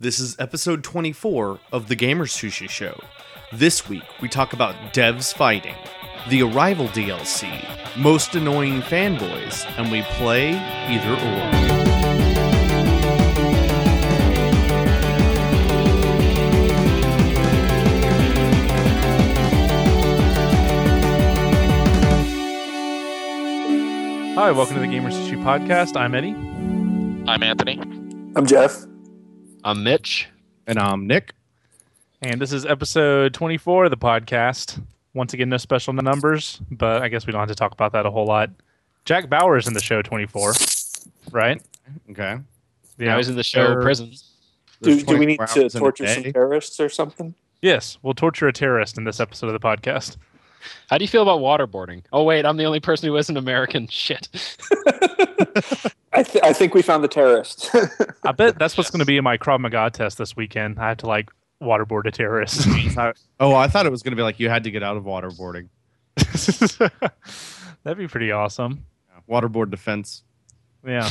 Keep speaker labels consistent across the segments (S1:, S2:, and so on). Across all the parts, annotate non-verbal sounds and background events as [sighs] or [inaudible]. S1: This is episode 24 of the Gamer Sushi Show. This week, we talk about devs fighting, the Arrival DLC, most annoying fanboys, and we play either or.
S2: Hi, welcome to the Gamers Issue Podcast. I'm Eddie.
S3: I'm Anthony.
S4: I'm Jeff.
S3: I'm Mitch.
S1: And I'm Nick.
S2: And this is episode 24 of the podcast. Once again, no special numbers, but I guess we don't have to talk about that a whole lot. Jack Bauer's in the show 24, right?
S1: Okay.
S2: Yeah.
S3: Now he's in the show
S1: Sure.
S3: prison.
S4: Do,
S1: There's
S4: do we need
S1: 24
S4: to
S1: hours in a
S4: torture
S1: day.
S4: some terrorists or something?
S2: yes, we'll torture a terrorist in this episode of the podcast.
S3: How do you feel about waterboarding? Oh wait, I'm the only person who isn't American. [laughs] Shit.
S4: I, th- I think we found the terrorist. [laughs]
S2: I bet that's what's
S3: Yes.
S2: going to be in my Krav Maga test this weekend. I have to like waterboard a
S3: [laughs]
S2: terrorist.
S1: Oh, I thought it was going to be like you had to get out of waterboarding.
S2: [laughs] That'd be pretty awesome.
S1: Waterboard defense.
S2: Yeah.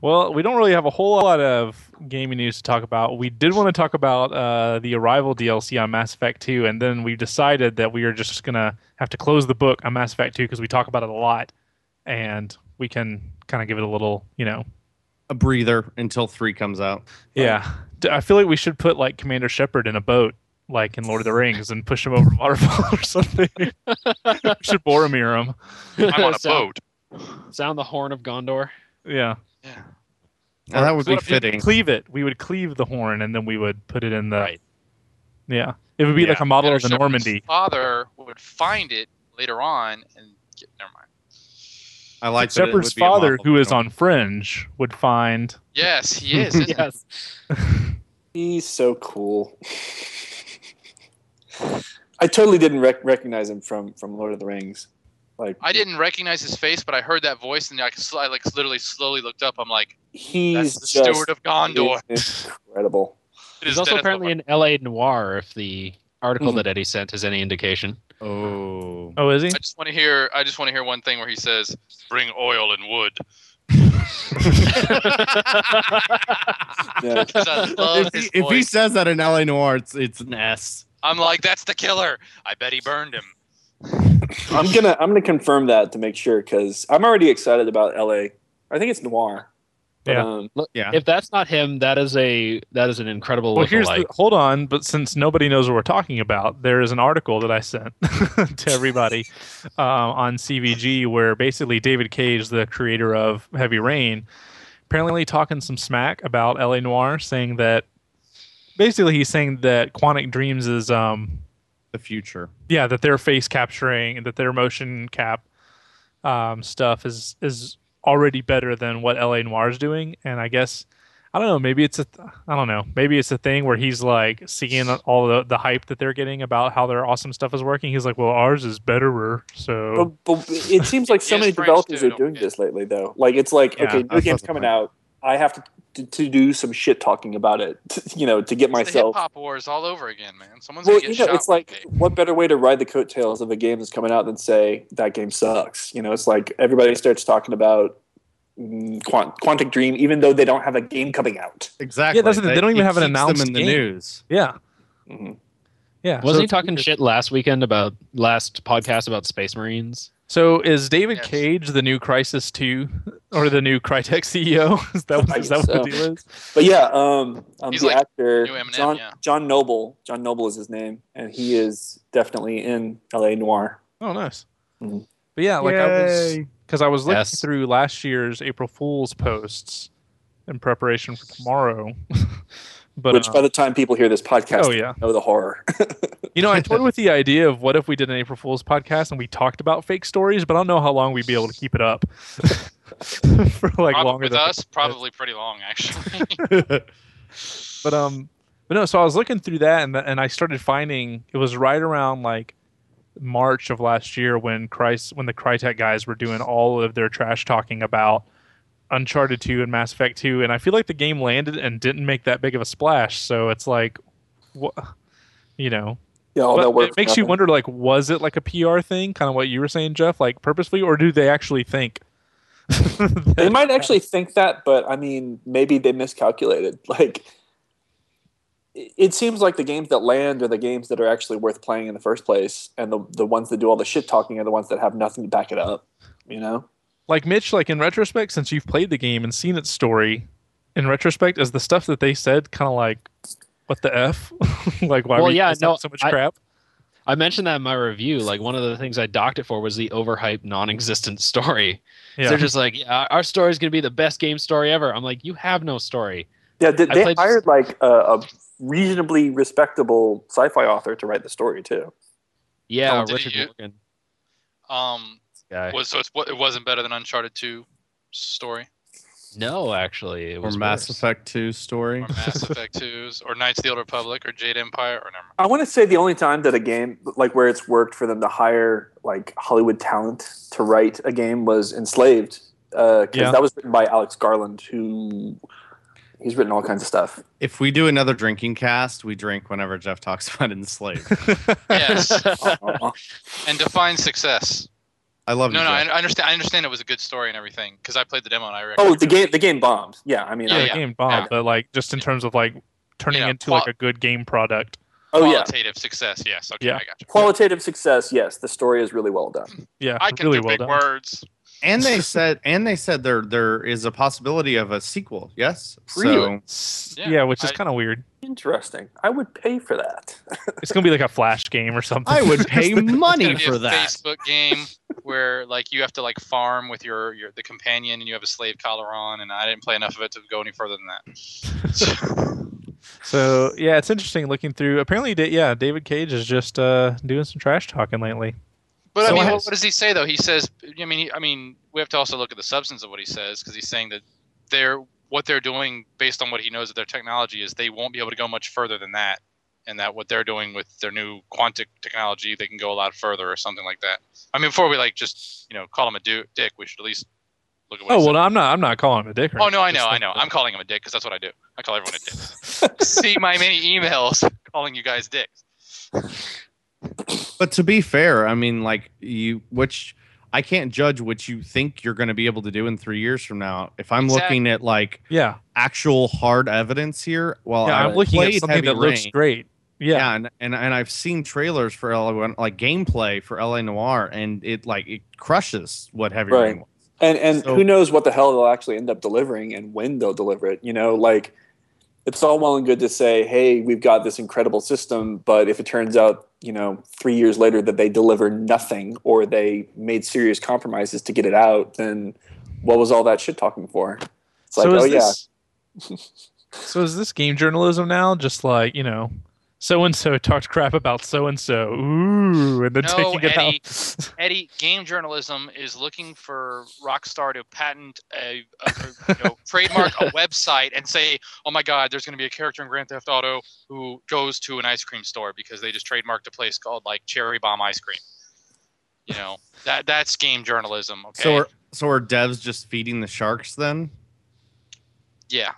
S2: Well, we don't really have a whole lot of gaming news to talk about. We did want to talk about uh, the Arrival DLC on Mass Effect 2, and then we decided that we are just going to have to close the book on Mass Effect 2 because we talk about it a lot, and we can kind of give it a little, you know.
S1: A breather until three comes out.
S2: Yeah. D- I feel like we should put, like, Commander Shepard in a boat, like in Lord of the Rings, and push him over a waterfall [laughs] or something. we should Boromir him.
S3: [laughs]
S5: I'm on a
S3: sound,
S5: boat.
S3: sound the horn of Gondor.
S2: Yeah.
S1: Now, that would be
S5: What if you-
S1: fitting.
S2: Cleave it. We would cleave the horn, and then we would put it in the.
S3: Right.
S2: Yeah. It would be
S5: Yeah.
S2: like a model of
S5: Commander
S2: the
S5: Shepard's
S2: Normandy.
S5: Father would find it later on and get, never mind.
S1: I like that it
S2: Shepard's
S1: would be a
S2: father,
S1: model.
S2: who is on Fringe, would find.
S5: Yes, he
S4: [laughs]
S5: is. isn't
S3: [laughs]
S5: he?
S3: Yes.
S4: He's so cool. [laughs] I totally didn't rec- recognize him from from Lord of the Rings. Like
S5: I didn't recognize his face, but I heard that voice and I, could sl- I like literally slowly looked up. I'm like,
S4: He's
S5: that's the
S4: just
S5: steward of Gondor.
S4: [laughs] incredible.
S5: It
S3: He's
S5: is
S3: also
S5: Denethor.
S3: apparently in L.A. Noir. If the article
S4: Mhm.
S5: Mm-hmm.
S3: that Eddie sent is any indication.
S1: Oh.
S2: Oh, is he?
S5: I just want to hear. I just want to hear one thing where he says, "Bring oil and wood," [laughs]
S4: Yeah. [laughs]
S5: 'cause I
S1: if,
S5: love Oh, his
S1: he, if he
S5: voice.
S1: says that in LA Noir, it's, it's an S.
S5: I'm like, "That's the killer." I bet he burned him.
S4: I'm gonna I'm gonna confirm that to make sure because I'm already excited about LA. I think it's noir. But,
S2: Yeah.
S4: um,
S1: Yeah.
S3: if that's not him, that is a that is an incredible
S2: Well, here's [laughs] the,
S3: lookalike.
S2: hold on, but since nobody knows what we're talking about, there is an article that I sent [laughs] to everybody uh, on CVG where basically David Cage, the creator of Heavy Rain, apparently talking some smack about L.A. Noir, saying that basically he's saying that Quantic Dreams is um,
S1: the future.
S2: yeah that their face capturing that their motion cap um, stuff is is already better than what la noir is doing and i guess i don't know maybe it's a th- i don't know maybe it's a thing where he's like seeing all the, the hype that they're getting about how their awesome stuff is working he's like well ours is betterer so
S4: But, but
S5: [laughs]
S4: it seems like so
S5: Yes,
S4: many
S5: French
S4: developers
S5: too,
S4: are
S5: don't
S4: doing
S5: forget.
S4: this lately, though. Like it's like
S2: Yeah,
S4: okay,
S1: that's
S4: new game's
S1: the
S4: coming
S1: point.
S4: out. I have to, to to do some shit talking about it, [laughs] t you know, to get
S5: It's the hip
S4: myself.
S5: hop wars all over again, man. Someone's
S4: Well,
S5: gonna
S4: you know,
S5: get shot.
S4: it's like
S5: one day.
S4: what better way to ride the coattails of a game that's coming out than say that game sucks. You know, it's like everybody starts talking about mm, Quant- Quantic Dream, even though they don't have a game coming out.
S1: Exactly.
S2: Yeah, that's the thing. They don't
S1: It
S2: even have an
S1: keeps
S2: announced
S1: them in the
S2: game.
S1: news.
S2: yeah
S5: Mm-hmm.
S4: Mhm.
S2: yeah
S3: Wasn't
S2: so,
S3: he talking shit last weekend about last podcast about Space Marines?
S2: so is david
S5: Yes.
S2: cage the new crisis 2 or the new crytek ceo [laughs] is that,
S4: I
S2: is that
S4: guess
S2: what the
S4: so.
S2: deal is
S4: But yeah, um, um
S5: He's
S4: the
S5: like
S4: actor
S5: new Eminem,
S4: John
S5: yeah.
S4: John Noble, John Noble is his name, and he is definitely in L.A. Noir.
S2: oh nice
S4: Mhm.
S2: but yeah like i was because I was looking
S3: Yes.
S2: through last year's April Fool's posts in preparation for tomorrow. [laughs] but
S4: Which,
S2: uh,
S4: by the time people hear this podcast,
S2: oh yeah,
S4: know the horror. [laughs]
S2: you know, I toyed with the idea of what if we did an April Fool's podcast and we talked about fake stories, but I don't know how long we'd be able to keep it up [laughs] for like
S5: Prob-
S2: longer
S5: with
S2: than.
S5: us, probably pretty long actually. [laughs]
S2: But um, but no. So I was looking through that, and and I started finding it was right around like March of last year when Christ when the Crytek guys were doing all of their trash talking about Uncharted 2 and Mass Effect 2, and I feel like the game landed and didn't make that big of a splash. So it's like, what, you know,
S4: Yeah, all
S2: But
S4: Oh, that work.
S2: it makes you
S4: nothing.
S2: wonder like, was it like a PR thing, kind of what you were saying, Jeff, like purposefully, or do they actually think? [laughs]
S4: [laughs] They might actually think that, but I mean, maybe they miscalculated. Like, it it seems like the games that land are the games that are actually worth playing in the first place, and the the ones that do all the shit talking are the ones that have nothing to back it up. You know?
S2: like Mitch, like in retrospect, since you've played the game and seen its story, in retrospect, is the stuff that they said kind of like, what the f? [laughs] like why
S3: Well,
S2: were you
S3: yeah,
S2: putting out
S3: no,
S2: so much
S3: I-
S2: crap?
S3: I mentioned that in my review. Like one of the things I docked it for was the overhyped, non-existent story.
S2: Yeah,
S3: They're just like, "Yeah, our story is going to be the best game story ever. I'm like, you have no story.
S4: Yeah, did,
S3: I
S4: they
S3: played-
S4: hired like a, a reasonably respectable sci-fi author to write the story too.
S3: Yeah,
S5: Oh, did
S3: Richard
S5: you-
S3: Morgan
S5: Um,
S3: guy.
S5: was so it's, it wasn't better than Uncharted Two story
S3: No, actually, it
S1: or
S3: was
S1: Mass
S3: worse.
S1: Effect 2
S2: [laughs]
S1: story.
S5: or Mass Effect 2s or Knights of the Old Republic or Jade Empire or never.
S4: I want to say the only time that a game like where it's worked for them to hire like Hollywood talent to write a game was Enslaved, because
S2: Yeah.
S4: that was written by Alex Garland, who he's written all kinds of stuff.
S1: If we do another drinking cast, we drink whenever Jeff talks [laughs] about Enslaved.
S2: [laughs]
S5: Yes,
S4: Aw.
S5: and define success.
S1: I love
S5: No,
S1: you,
S5: no, I,
S1: Jeff.
S5: I understand. I understand it was a good story and everything because I played the demo and I. reckon-
S4: oh, the game the game bombed. Yeah, I mean,
S5: Yeah,
S4: I-
S2: the
S5: yeah,
S2: game bomb,
S5: yeah.
S2: but like just in terms of like turning
S5: Yeah,
S2: into
S5: qual-
S2: like a good game product.
S4: oh yeah,
S5: qualitative success. Yes. Okay,
S2: Yeah.
S5: I got you.
S4: qualitative success. Yes, the story is really well done.
S2: Yeah,
S5: I can
S2: really
S5: do
S2: well
S5: big
S2: done.
S5: words.
S1: And they said, and they said there there is a possibility of a sequel. Yes,
S4: Really?
S2: S-
S5: Yeah,
S2: Yeah, which is
S5: I-
S2: kind of weird.
S4: Interesting. I would pay for that. [laughs]
S2: It's gonna be like a flash game or something.
S1: I
S5: [laughs]
S2: [laughs]
S1: would pay
S5: It's
S1: money
S5: gonna be
S1: for
S5: a
S1: that.
S5: Facebook game [laughs] where like you have to like farm with your your the companion and you have a slave collar on and I didn't play enough of it to go any further than that.
S2: So yeah, it's interesting looking through. Apparently, da- yeah, David Cage is just uh, doing some trash talking lately.
S5: But
S1: So
S5: I mean,
S1: has-
S5: what, what does he say though? He says, I mean, he, I mean, we have to also look at the substance of what he says because he's saying that they're what they're doing based on what he knows of their technology is they won't be able to go much further than that, and that what they're doing with their new quantic technology, they can go a lot further or something like that. I mean, before we like just you know call him a du- dick, we should at least look at what.
S2: Oh
S5: he
S2: well, I'm not. I'm not calling him a dick. or
S5: said. Oh no, I
S2: anything,
S5: know, I
S2: just
S5: know.
S2: like-
S5: I'm calling him a dick because that's what I do. I call everyone a
S2: [laughs]
S5: dick. See my many emails calling you guys dicks.
S1: But to be fair, I mean, like you, which I can't judge what you think you're going to be able to do in three years from now. If I'm
S5: Exactly.
S1: looking at like
S2: yeah,
S1: actual hard evidence here, well,
S2: yeah.
S1: Oh, i
S2: I'm looking at
S1: played
S2: something
S1: Heavy
S2: that looks
S1: Rain.
S2: great.
S1: Yeah,
S2: Yeah,
S1: and, and and I've seen trailers for LA, like gameplay for LA Noir, and it like it crushes what Heavy
S4: Right.
S1: Rain was.
S4: And and
S1: So-
S4: who knows what the hell they'll actually end up delivering and when they'll deliver it. You know, like it's all well and good to say, hey, we've got this incredible system, but if it turns out, you know, three years later that they deliver nothing or they made serious compromises to get it out, then what was all that shit talking for? It's like,
S2: so
S4: oh
S2: is this, so is this [laughs] game journalism now? Just like you know, so and so talked crap about so and so. Ooh, and then
S5: No,
S2: taking it
S5: Eddie.
S2: out.
S5: Eddie, game journalism is looking for Rockstar to patent a, a
S2: [laughs]
S5: you know, trademark a website and say, "Oh my God, there's going to be a character in Grand Theft Auto who goes to an ice cream store because they just trademarked a place called like Cherry Bomb Ice Cream." You know that that's game journalism. Okay.
S1: So are so are devs just feeding the sharks then?
S5: yeah,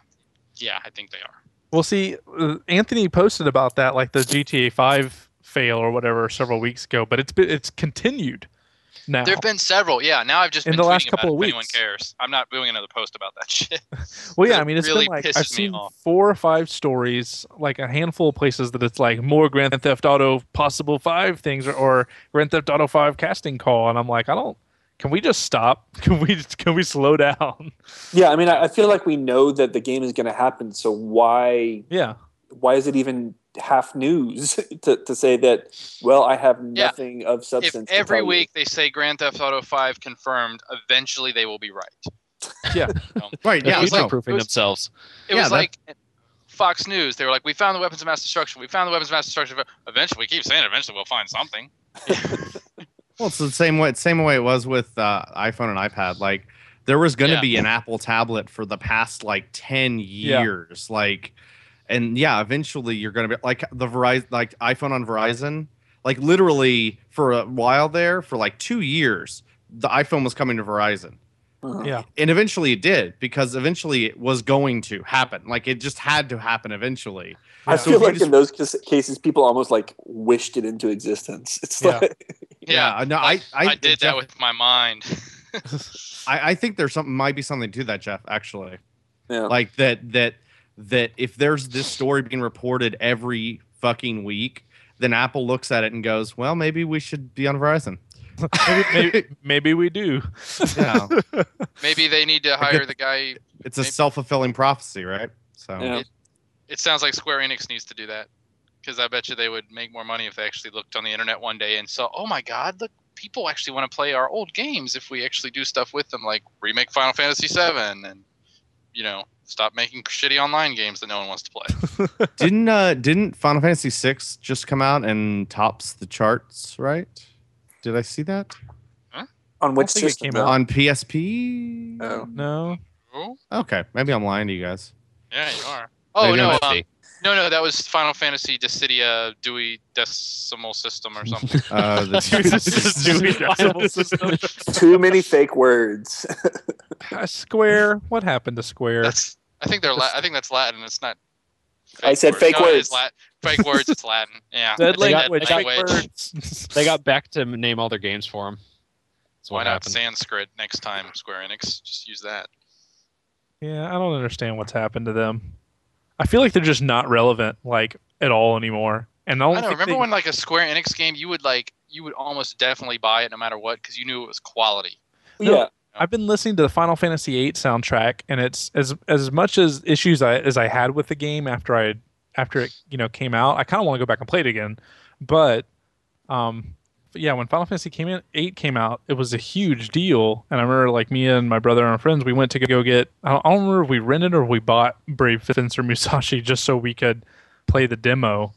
S5: yeah, I think they are.
S2: [laughs] Well, see, uh, Anthony posted about that, like the GTA Five fail or whatever, several weeks ago. But it's been it's continued now.
S5: There have been several. Yeah. Now I've just
S2: In
S5: been
S2: the
S5: tweeting
S2: last
S5: about
S2: couple
S5: it
S2: of
S5: if anyone
S2: weeks.
S5: cares. I'm not doing another post about that [laughs] shit.
S2: Well, yeah,
S5: It
S2: I mean, it's
S5: really
S2: been like
S5: pisses
S2: I've
S5: me
S2: seen
S5: off.
S2: four or five stories, like a handful of places that it's like more Grand Theft Auto possible five things or, or Grand Theft Auto Five casting call, and I'm like, I don't. Can we just stop? [laughs] Can we can we slow down? [laughs]
S4: yeah, I mean, I, I feel like we know that the game is going to happen, so why
S2: Yeah,
S4: why is it even half news [laughs] to, to say that? Well, I have
S5: Yeah.
S4: nothing of
S5: if
S4: substance. to
S5: every
S4: tell you?
S5: week they say Grand Theft Auto 5 confirmed, eventually they will be right.
S2: Yeah.
S5: Um,
S1: Right.
S3: They're
S1: Yeah. it's like-
S3: future-proofing
S5: it was-
S3: themselves.
S5: it
S1: Yeah,
S5: was
S1: that-
S5: like Fox News. They were like, "We found the weapons of mass destruction. We found the weapons of mass destruction. Eventually, we keep saying it, eventually we'll find something."
S1: Well, it's the same way. Same way it was with uh, iPhone and iPad. Like there was going to
S5: Yeah.
S1: be an Apple tablet for the past like ten
S2: Yeah.
S1: years. Like, and yeah, eventually you're going to be like the Verizon, like iPhone on Verizon. Like literally for a while there, for like two years, the iPhone was coming to Verizon,
S4: Uh-huh.
S2: yeah.
S1: and eventually it did because eventually it was going to happen. Like it just had to happen eventually.
S4: I
S2: So
S1: if
S4: feel
S1: you
S4: like
S1: just-
S4: in those cas- cases, people almost like wished it into existence. [laughs] It's
S2: Yeah.
S4: like,
S5: Yeah,
S1: no, I, I,
S5: I,
S1: Jeff,
S5: did that with my mind.
S1: I, I think there's something might be something to that, Jeff. Actually,
S4: yeah.
S1: like that that that if there's this story being reported every fucking week, then Apple looks at it and goes, "Well, maybe we should be on Verizon."
S2: maybe,
S1: [laughs]
S2: maybe, maybe we
S4: [laughs]
S2: do.
S1: Yeah.
S5: Maybe they need to hire the guy.
S1: [laughs] It's a
S5: Maybe.
S1: self fulfilling prophecy, right? So
S2: um,
S4: Yeah.
S5: It sounds like Square Enix needs to do that because I bet you they would make more money if they actually looked on the internet one day and saw, oh my God, look, people actually want to play our old games if we actually do stuff with them, like remake Final Fantasy VII and, you know, stop making shitty online games that no one wants
S1: [laughs]
S5: to play.
S1: didn't uh, didn't Final Fantasy VI just come out and tops the charts? Right? Did I see that
S4: On which
S2: think it
S4: system?
S2: came
S4: though?
S1: on PSP?
S4: Oh.
S5: [laughs]
S2: No.
S5: oh,
S1: Okay, maybe I'm lying to you guys.
S5: yeah, you are. Oh,
S1: Maybe
S5: no.
S3: Might
S5: Um,
S3: be.
S5: no, no, that was Final Fantasy Dissidia Dewey Decimal System or something.
S1: [laughs]
S2: [laughs]
S1: Uh, [laughs] the-
S4: [laughs] Too many fake words. [laughs]
S2: Uh, Square. What happened to Square?
S5: That's I think they're La- I think that's Latin. It's not.
S4: I said fake
S5: No, it
S4: words.
S5: is Lat- fake words. It's Latin. Yeah.
S3: Dead
S5: [laughs] It's a
S3: language,
S5: dead
S3: fake
S5: language.
S2: words.
S3: They got Beck to name all their games for him. That's
S5: Why
S3: what
S5: not
S3: happened.
S5: Sanskrit next time, Square Enix? Just use that.
S2: Yeah, I don't understand what's happened to them. I feel like they're just not relevant, like at all anymore. And I
S5: I
S2: don't
S5: don't know,
S2: think
S5: remember
S2: they-
S5: when like a Square Enix game, you would like you would almost definitely buy it no matter what because you knew it was quality.
S2: No.
S4: Yeah.
S2: I've been listening to the Final Fantasy VIII soundtrack, and it's as as much as issues I, as I had with the game after I after it you know came out. I kind of want to go back and play it again, but um, but yeah, when Final Fantasy came in eight came out, it was a huge deal, and I remember like me and my brother and our friends, we went to go get. I don't, I don't remember if we rented or we bought Brave Fencer Musashi just so we could play the demo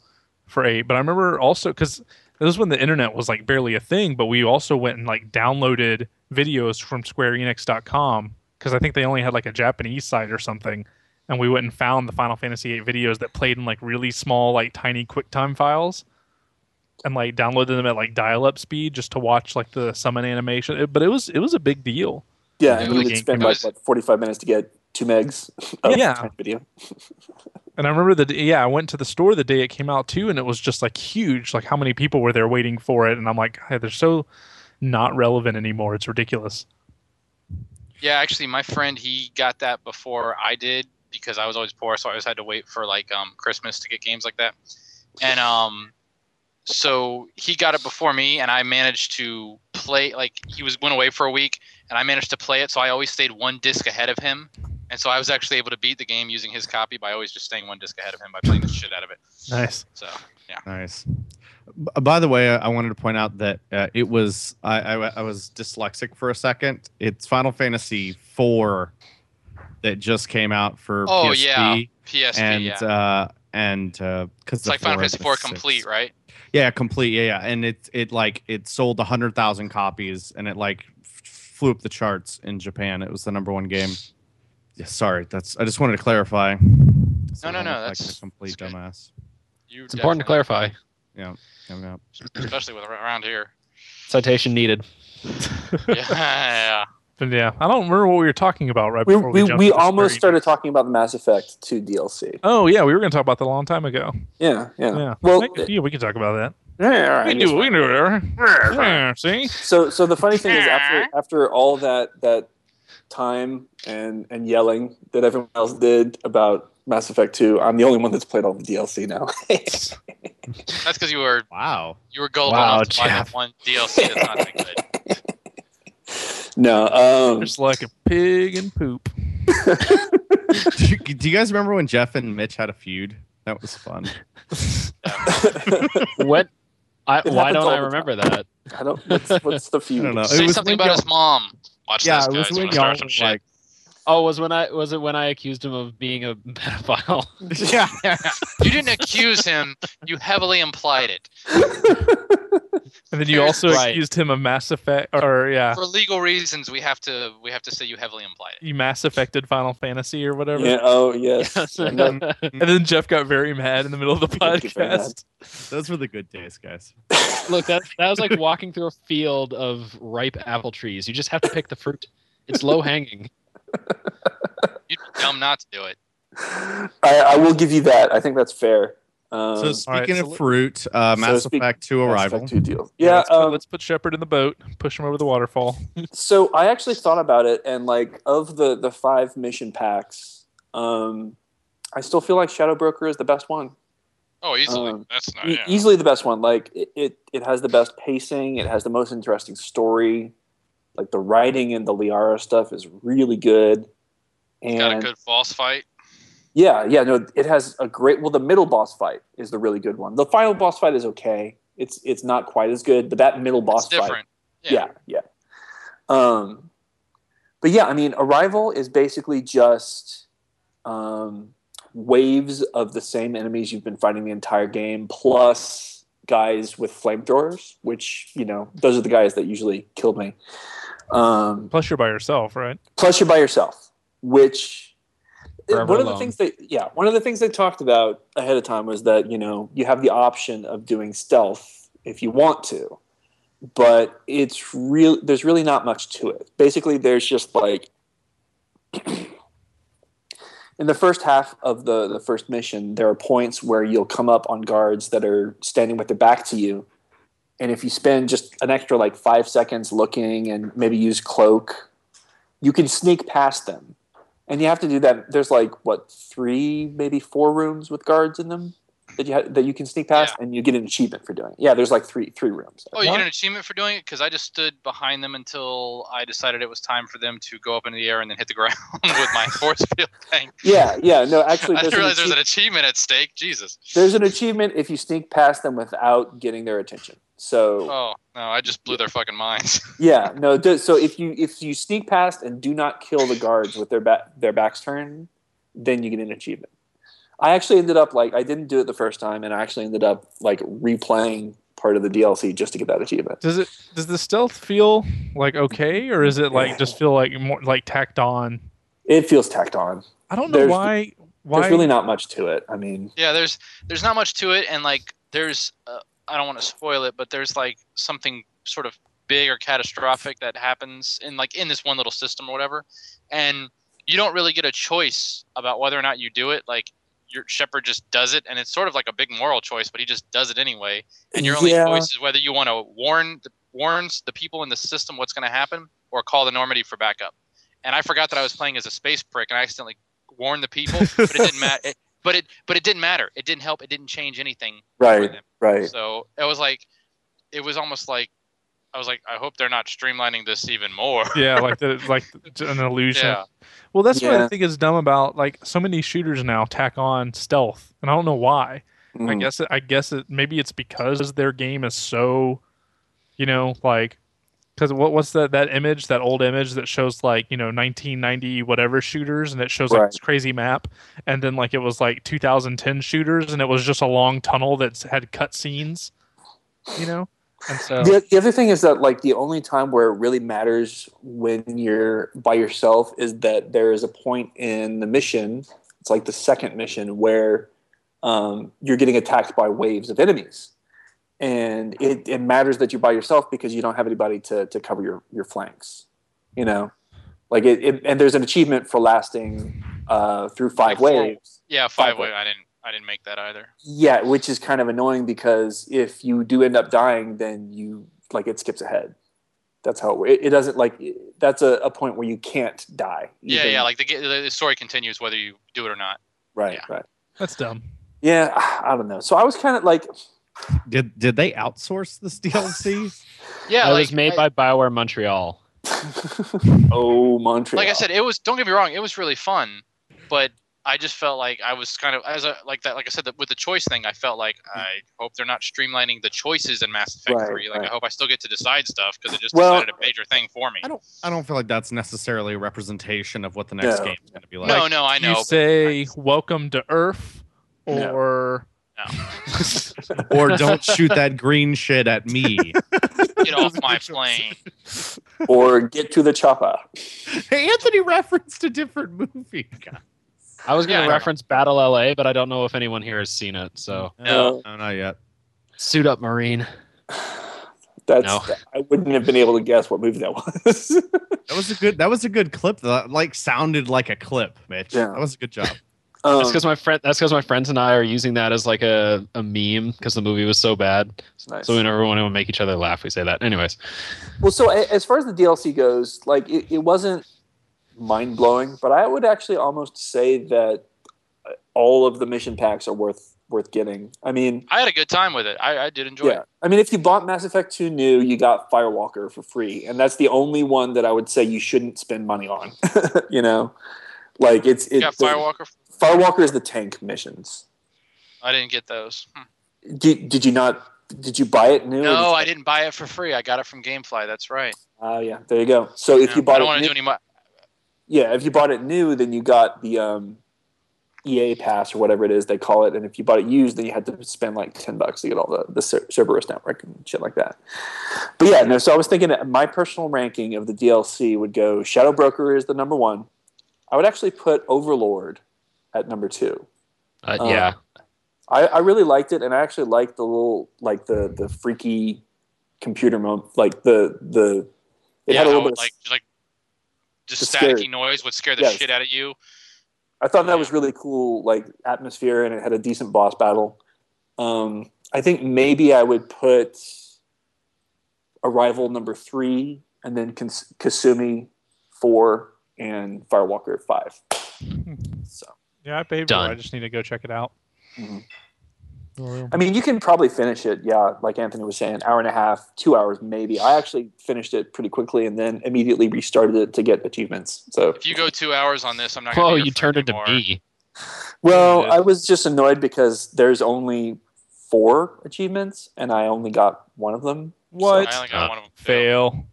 S2: for eight. But I remember also because this was when the internet was like barely a thing, but we also went and like downloaded videos from SquareEnix.com because I think they only had like a Japanese site or something, and we went and found the Final Fantasy VIII videos that played in like really small, like tiny QuickTime files, and like downloaded them at like dial-up speed just to watch like the summon animation. It- but it was it was a big deal.
S4: Yeah,
S5: Yeah,
S4: and
S5: it
S4: you
S5: was
S4: would
S2: a
S4: spend
S5: game.
S4: like what, 45 minutes to get two megs of
S2: Yeah.
S4: time video.
S2: And I remember the d- yeah, I went to the store the day it came out too, and it was just like huge. Like how many people were there waiting for it? And I'm like, "Hey, they're so not relevant anymore. It's ridiculous.
S5: Yeah, actually, my friend he got that before I did because I was always poor, so I always had to wait for like um, Christmas to get games like that. And um, so he got it before me, and I managed to play. Like he was went away for a week, and I managed to play it. So I always stayed one disc ahead of him, and so I was actually able to beat the game using his copy by always just staying one disc ahead of him by playing the shit out of it.
S2: Nice.
S5: So
S1: Nice. B- uh, by the way, I wanted to point out that uh, it was I, I I was dyslexic for a second. It's Final Fantasy IV that just came out for
S5: Oh,
S1: PSP
S5: yeah. PSP,
S1: and
S5: yeah,
S1: uh, and because
S5: it's like Final Fantasy IV complete, right?
S1: Yeah, complete. Yeah, yeah, and it it like it sold hundred thousand copies, and it like f- flew up the charts in Japan. It was the number one game. Yeah, sorry, that's I just wanted to clarify. So
S5: no,
S1: I
S5: no,
S1: look like
S5: that's-
S1: a complete
S5: that's good.
S1: dumbass.
S5: You
S3: It's important to clarify.
S1: coming up.
S5: definitely- especially with around here. [laughs]
S3: Citation needed.
S5: Yeah.
S2: But yeah, I don't remember what we were talking about right
S4: We,
S2: before we
S4: we, we,
S2: jumped to the
S4: almost
S2: Square
S4: started talking about the Mass Effect 2 DLC.
S2: Enix. Oh yeah, we were going to talk about that a long time ago.
S4: Yeah, yeah.
S2: Yeah.
S4: Well,
S2: Like, yeah, we can talk about that.
S4: yeah, all right,
S2: we do. We can do whatever. Yeah, see,
S4: So, so the funny thing is,
S2: [laughs]
S4: after after all that that time and and yelling that everyone else did about Mass Effect Two, I'm the only one that's played all the DLC now. [laughs]
S5: That's because you were
S1: Wow.
S5: you were gullible
S3: Wow,
S5: enough to buy that
S3: Jeff.
S5: one DLC that's not
S1: [laughs]
S5: that good.
S4: no, um,
S2: just like a pig and poop.
S1: do, you, do you guys remember when Jeff and Mitch had a feud? That was fun.
S4: [laughs]
S3: What? I, why
S4: happens
S3: don't
S4: all
S3: I
S4: the
S3: remember that?
S4: I don't. What's, what's the feud?
S1: I don't know. It
S5: Say
S1: was
S5: something
S1: when
S5: about his mom. Watch
S1: Yeah,
S5: this,
S1: it
S5: guys.
S1: was
S5: We're
S1: when
S5: gonna start
S1: y'all
S5: some
S1: were
S5: shit.
S1: like,
S3: Oh, was when I was it when I accused him of being a [laughs] pedophile?
S1: yeah, yeah,
S5: You didn't accuse him. You heavily implied it
S2: And then you also
S3: Right.
S2: accused him of Mass Effect, or yeah,
S5: for legal reasons. We have to we have to say you heavily implied it.
S2: you Mass Affected Final Fantasy or whatever.
S4: Yeah.
S3: [laughs]
S4: Oh yes.
S3: Yes.
S2: And then Jeff got very mad in the middle of the
S4: [laughs] He did get very
S2: podcast.
S1: Those were the good days, guys.
S3: Look, that that was like walking through a field of ripe apple trees. You just have to pick the fruit. It's low hanging.
S5: You'd be dumb not to do it.
S4: I, I will give you that. I think that's fair. Um,
S1: So
S4: Mass
S1: speaking
S2: so
S1: of fruit, uh,
S4: so
S1: Mass
S4: speak-
S1: Effect Two arrival.
S4: Effect Two deal. Yeah.
S2: let's, put,
S4: Um,
S2: let's put Shepard in the boat, push him over the waterfall.
S4: so I actually thought about it, and like of the the five mission packs, um, I still feel like Shadow Broker is the best one.
S5: Oh, easily.
S4: Um,
S5: That's not.
S4: E-
S5: yeah.
S4: easily the best one. Like it, it, it has the best pacing. It has the most interesting story. Like the writing and the Liara stuff is really good.
S5: Got a
S4: And
S5: good boss fight.
S4: yeah, yeah, no, it has a great. Well, the middle boss fight is the really good one. The final boss fight is okay. It's it's not quite as good, but that middle boss
S5: It's
S4: fight
S5: different.
S4: yeah, yeah. Um, but yeah, I mean, Arrival is basically just um, waves of the same enemies you've been fighting the entire game, plus guys with flamethrowers, which you know those are the guys that usually killed me. Um,
S2: Plus, you're by yourself, right?
S4: plus you're by yourself which eh,
S3: Forever
S4: one of the
S3: alone.
S4: things they yeah one of the things they talked about ahead of time was that you know you have the option of doing stealth if you want to but it's real there's really not much to it basically there's just like [clears throat] in the first half of the the first mission there are points where you'll come up on guards that are standing with their back to you and if you spend just an extra like five seconds looking and maybe use cloak you can sneak past them and you have to do that there's like what three maybe four rooms with guards in them that you ha- that you can sneak past and you get an achievement for doing it yeah there's like three three rooms
S5: Oh, you get an achievement for doing it because I just stood behind them until I decided it was time for them to go up into the air and then hit the [laughs] ground with my force field thing.
S4: yeah yeah no actually
S5: [laughs] I
S4: there's
S5: didn't
S4: an,
S5: realize there was
S4: achie-
S5: an achievement at stake. Jesus.
S4: there's an achievement if you sneak past them without getting their attention so
S5: Oh no, I just blew their fucking minds.
S4: yeah no do- so if you if you sneak past and do not kill the guards with their back their backs turned then you get an achievement i actually ended up like i didn't do it the first time and i actually ended up like replaying part of the dlc just to get that achievement
S2: Does it? Does the stealth feel like okay, or is it like just feel like more like tacked on?
S4: it feels tacked on
S2: I don't know
S4: There's-
S2: why. Why?
S4: there's really not much to it i mean
S5: yeah, there's there's not much to it, and like there's uh, I don't want to spoil it, but there's like something sort of big or catastrophic that happens in like in this one little system or whatever, and you don't really get a choice about whether or not you do it. Like your shepherd just does it, and it's sort of like a big moral choice, but he just does it anyway. And your only
S4: Yeah.
S5: choice is whether you want to warn the, warns the people in the system what's going to happen, or call the Normandy for backup. And I forgot that I was playing as a space prick, and I accidentally warned the people, but it didn't matter. It, but it but it didn't matter. It didn't help. It didn't change anything. for
S4: right
S5: them.
S4: right
S5: So it was like, it was almost like, I was like, I hope they're not streamlining this even more.
S2: Yeah, like the like an illusion.
S5: Yeah.
S2: Well, that's what I
S4: Yeah.
S2: think is dumb about like so many shooters now tack on stealth, and I don't know why. I
S4: Mm.
S2: guess it, I guess it maybe it's because their game is so, you know, like because what what's that that image that old image that shows like you know 1990 whatever shooters and it shows like
S4: Right.
S2: this crazy map and then like it was like 2010 shooters and it was just a long tunnel that's had cut scenes, you know, and so
S4: The, the other thing is that like the only time where it really matters when you're by yourself is that there is a point in the mission. It's like the second mission where um, you're getting attacked by waves of enemies, and it, it matters that you're by yourself because you don't have anybody to to cover your your flanks. You know, like it, it and there's an achievement for lasting uh, through
S5: Like
S4: five
S5: four-
S4: waves.
S5: Yeah, five
S4: Five-way.
S5: way. I didn't I didn't make that either.
S4: Yeah, which is kind of annoying because if you do end up dying, then you like it skips ahead. That's how it, it doesn't like that's a, a point where you can't die.
S5: Yeah,
S4: even-
S5: yeah. Like the ge- the the story continues whether you do it or not.
S4: right,
S5: yeah.
S4: right.
S2: that's dumb.
S4: Yeah, [sighs] I don't know. So I was kind of like,
S1: Did did they outsource this DLC?
S5: Yeah,
S3: that
S5: like
S3: was made
S5: I-
S3: by Bioware Montreal.
S4: oh, Montreal.
S5: like I said, it was. Don't get me wrong, it was really fun, but I just felt like I was kind of as a like that. Like I said, that with the choice thing, I felt like I hope they're not streamlining the choices in Mass Effect
S4: Mm. Right,
S5: Three. Like
S4: right.
S5: I hope I still get to decide stuff because it just
S4: Well-
S5: decided a major thing for me.
S1: I don't I don't feel like that's necessarily a representation of what the next
S4: No.
S1: game is going to be like.
S5: No, no, I
S2: Do
S5: know.
S2: You
S5: but
S2: say welcome to Earth
S4: No.
S2: or
S5: No.
S1: Or don't shoot that green shit at [laughs] me. [laughs]
S5: get off my plane.
S4: or get to the chopper.
S1: hey, Anthony referenced a different movie.
S3: I was going
S5: Yeah, I
S3: to
S5: know.
S3: reference Battle LA, but I don't know if anyone here has seen it. So
S2: Mm-hmm.
S5: No.
S1: no, not yet.
S3: suit up, Marine.
S4: [sighs] That's
S3: No.
S4: I wouldn't have been able to guess what movie that was. [laughs]
S1: That was a good. That was a good clip. That like sounded like a clip, Mitch.
S4: Yeah.
S1: That was a good job.
S4: um,
S3: That's because my friend. That's because my friends and I are using that as like a, a meme because the movie was so bad.
S4: it's nice.
S3: So whenever we want to make each other laugh, we say that. Anyways,
S4: Well, so a- as far as the DLC goes, like it, it wasn't mind blowing, but I would actually almost say that uh, all of the mission packs are worth worth getting. I mean,
S5: I had a good time with it. I, I did enjoy
S4: yeah.
S5: it.
S4: I mean, if you bought Mass Effect 2 new, you got Firewalker for free. And that's the only one that I would say you shouldn't spend money on. [laughs] you know? Like it's
S5: You
S4: it's
S5: got Firewalker.
S4: Firewalker is the tank missions.
S5: I didn't get those. Hmm.
S4: Did, did you not did you buy it new?
S5: No, I didn't buy it for free. I got it from GameFly. That's right.
S4: Oh yeah, there you go. So if
S5: Yeah,
S4: you
S5: I
S4: bought
S5: don't
S4: it
S5: want
S4: new,
S5: to do any. Mo-
S4: yeah, if you bought it new, then you got the um, EA pass or whatever it is they call it. And if you bought it used, then you had to spend like ten bucks to get all the the Cer- Cerberus network and shit like that. But yeah, no. So I was thinking that my personal ranking of the DLC would go Shadow Broker is the number one. I would actually put Overlord at number two.
S3: Uh,
S2: Oh,
S4: Uh,
S3: yeah.
S4: I, I really liked it, and I actually liked the little like the the freaky computer moment, like the the. It
S5: yeah,
S4: had a
S5: how
S4: little bit
S5: it,
S4: of
S5: like like just
S4: Just
S5: staticky
S4: scary.
S5: noise would scare the
S4: Yes.
S5: shit out of you.
S4: I thought that was really cool, like atmosphere, and it had a decent boss battle. Um, I think maybe I would put Arrival number three, and then Kas- Kasumi four, and Firewalker five. So,
S2: Yeah, I paid for
S3: Done.
S2: it. I just need to go check it out.
S4: Mhm.
S2: Well,
S4: I mean, you can probably finish it, yeah, like Anthony was saying, hour and a half, two hours, maybe. I actually finished it pretty quickly, and then immediately restarted it to get achievements. So,
S5: If you go two hours on this, I'm not. Gonna
S3: Oh,
S5: be here
S3: you
S5: for
S3: turned
S5: it
S3: into
S5: anymore.
S3: me.
S4: Well,
S2: Yeah.
S4: I was just annoyed because there's only four achievements, and I only got one of them.
S5: I
S2: What?
S5: only got one of
S3: Uh,
S5: them.
S2: fail.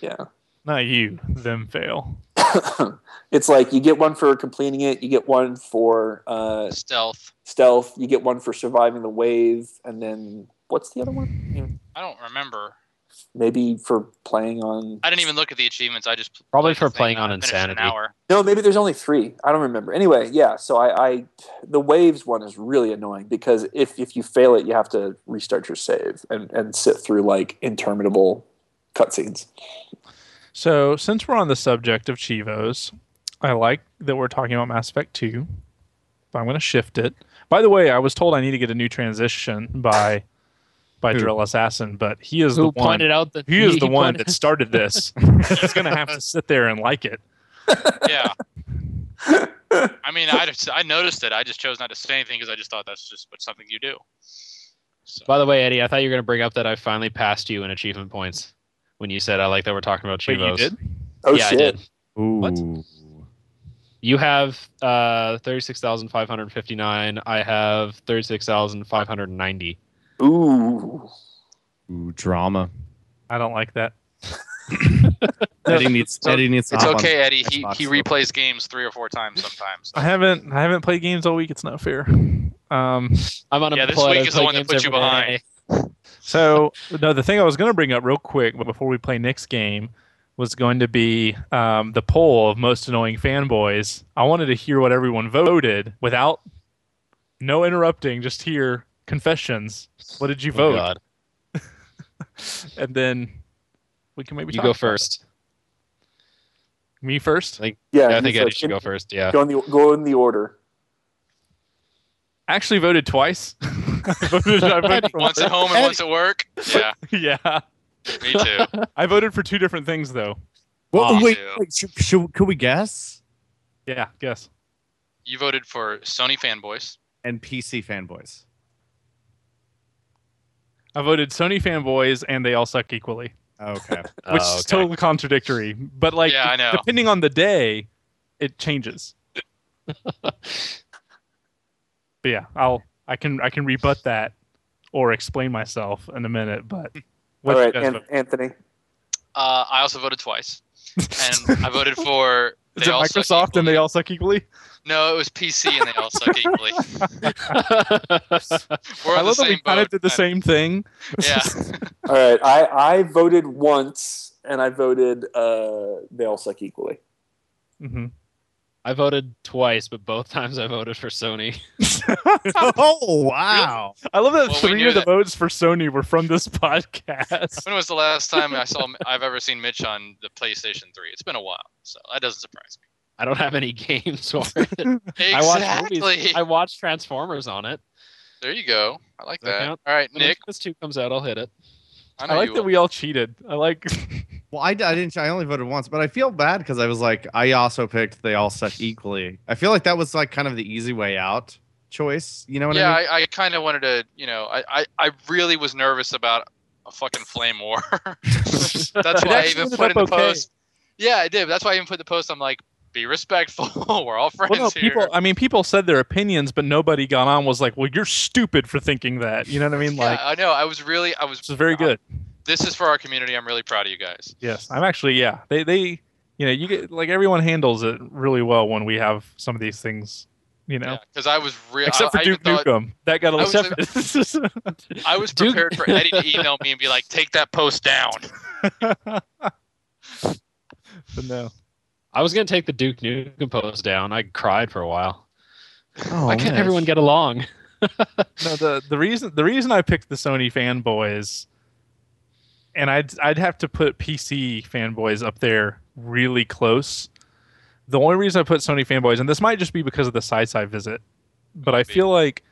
S4: Yeah,
S2: Not you. Them fail.
S4: [laughs] it's like you get one for completing it, you get one for uh,
S5: Stealth.
S4: stealth, you get one for surviving the wave, and then what's the other one?
S5: I don't remember.
S4: Maybe for playing on.
S5: I didn't even look at the achievements. I just
S3: Probably
S5: played
S3: for
S5: the thing
S3: playing
S5: and
S3: on
S5: I finished
S3: Insanity.
S5: An hour.
S4: No, maybe there's only three. I don't remember. Anyway, yeah. So I, I the waves one is really annoying because if if you fail it, you have to restart your save and and sit through like interminable cutscenes.
S2: So, since we're on the subject of Chivos, I like that we're talking about Mass Effect 2, but I'm going to shift it. By the way, I was told I need to get a new transition by by
S1: Who?
S2: Drill Assassin, but he is
S3: Who
S2: the one.
S3: pointed out that
S2: He is the one
S3: pointed-
S2: that started
S3: [laughs]
S2: this. He's going to have to sit there and like it.
S5: Yeah. I mean, I just, I noticed it. I just chose not to say anything because I just thought that's just what something you do. So,
S3: By the way, Eddie, I thought you were going to bring up that I finally passed you in achievement points when you said I like that we're talking about
S2: Wait,
S3: Chivos.
S2: you did?
S4: Oh
S3: yeah,
S4: shit!
S3: I did.
S1: Ooh.
S3: You have uh, 36,559. I have 36,590.
S4: Ooh.
S1: Ooh, drama.
S2: I don't like that.
S1: Eddie needs.
S5: It's
S1: Eddie needs. to
S5: it's
S1: hop on-
S5: okay, Eddie. He
S1: Xbox,
S5: he
S1: though.
S5: replays games three or four times
S3: [laughs]
S5: sometimes.
S2: I haven't I haven't played games all week. It's not fair. Um,
S3: I'm on a
S5: Yeah, this week is the one that puts you behind.
S2: So no, the thing I was going to bring up real quick, but before we play Nick's game, was going to be um, the poll of most annoying fanboys. I wanted to hear what everyone voted without no interrupting. Just hear confessions. What did you
S3: Oh,
S2: vote?
S3: God.
S2: and then we can maybe
S3: You
S2: talk
S3: go
S2: about
S3: first.
S2: it. Me first.
S4: Yeah,
S3: Yeah, I think
S4: he's
S3: Eddie
S4: like,
S3: should go first. Yeah.
S4: Go in the go in the order.
S2: I actually voted twice. [laughs] I voted, I
S3: [laughs]
S2: voted for
S5: once at home and once at work. Yeah,
S2: Yeah,
S5: me too.
S2: I voted for two different things though.
S1: Well,
S5: Ah.
S1: wait. wait should, should, could we guess?
S2: Yeah, guess.
S5: You voted for Sony fanboys.
S1: And PC fanboys.
S2: I voted Sony fanboys, and they all suck equally.
S5: [laughs]
S1: Okay.
S2: which
S3: Oh,
S2: is
S3: okay.
S2: totally contradictory. But like,
S5: Yeah, I know.
S2: depending on the day, it
S3: [laughs]
S2: changes. but yeah, I'll I can I can rebut that or explain myself in a minute. But what
S4: All
S2: you
S4: right,
S2: guys
S4: An- [laughs]
S2: vote?
S4: Anthony.
S5: Uh, I also voted twice, and I voted for. [laughs] They
S2: is it
S5: all suck
S2: Microsoft and
S5: equally.
S2: they all suck equally?
S5: No, it was PC and they all suck [laughs] equally. We're on
S2: I
S5: the
S2: love that
S5: same
S2: we kind of
S5: boat. Uh,
S2: did the same thing. [laughs]
S5: Yeah.
S4: All right, I I voted once, and I voted. Uh, they all suck equally.
S2: Mhm.
S3: I voted twice, but both [laughs] times I voted for Sony.
S1: oh wow!
S2: I love that
S5: Well, we
S2: three
S5: knew
S2: of the
S5: that.
S2: votes for Sony were from this [laughs] podcast.
S5: When was the last time I saw I've ever seen Mitch on the PlayStation 3? It's been a while, so that doesn't surprise me.
S3: I don't have any [laughs] games for it. I watched
S5: Exactly.
S3: movies. I watched Transformers on it.
S5: there you go. I like
S3: Does that
S5: that.
S3: count?
S5: All right,
S3: When
S5: Nick.
S3: Infamous 2 comes out, I'll hit it.
S5: I, know
S2: I like
S5: you
S2: that
S5: will. [laughs]
S2: we all cheated. I like
S1: Well, I, I didn't. I only voted once, but I feel bad because I was like, I also picked they all suck equally. I feel like that was like kind of the easy way out choice. You know what
S5: yeah,
S1: I mean?
S5: I, I kind of wanted to, you know, I, I, I really was nervous about a fucking flame war. [laughs] That's why I
S2: actually
S5: even
S2: ended
S5: put in
S2: up
S5: the
S2: okay.
S5: post. Yeah, I did. That's why I even put the post. I'm like, be respectful. [laughs] We're all friends
S2: Well, no,
S5: here.
S2: people. I mean, people said their opinions, but nobody got on was like, "Well, you're stupid for thinking that." You know what I mean?
S5: yeah,
S2: Like,
S5: I know. I was really, I was.
S2: this is very good.
S5: This is for our community. I'm really proud of you guys.
S2: Yes, I'm actually. Yeah, they they you know you get like everyone handles it really well when we have some of these things. You know,
S5: because I was real.
S2: except for
S5: I,
S2: Duke
S5: I even thought-
S2: Nukem, that got a
S5: I was
S2: little.
S5: like-
S2: Except-
S5: I was
S3: Duke-
S5: prepared for Eddie to email me and be like, "Take that
S2: [laughs]
S5: post down." [laughs]
S2: but no,
S3: I was gonna take the Duke Nukem post down. I cried for a while.
S1: Oh,
S3: Why can't
S1: man.
S3: everyone get along?
S2: no. The the reason the reason I picked the Sony fanboys, and I'd I'd have to put PC fanboys up there really close. The only reason I put Sony fanboys, and this might just be because of the side side visit, but I
S5: Maybe.
S2: feel like,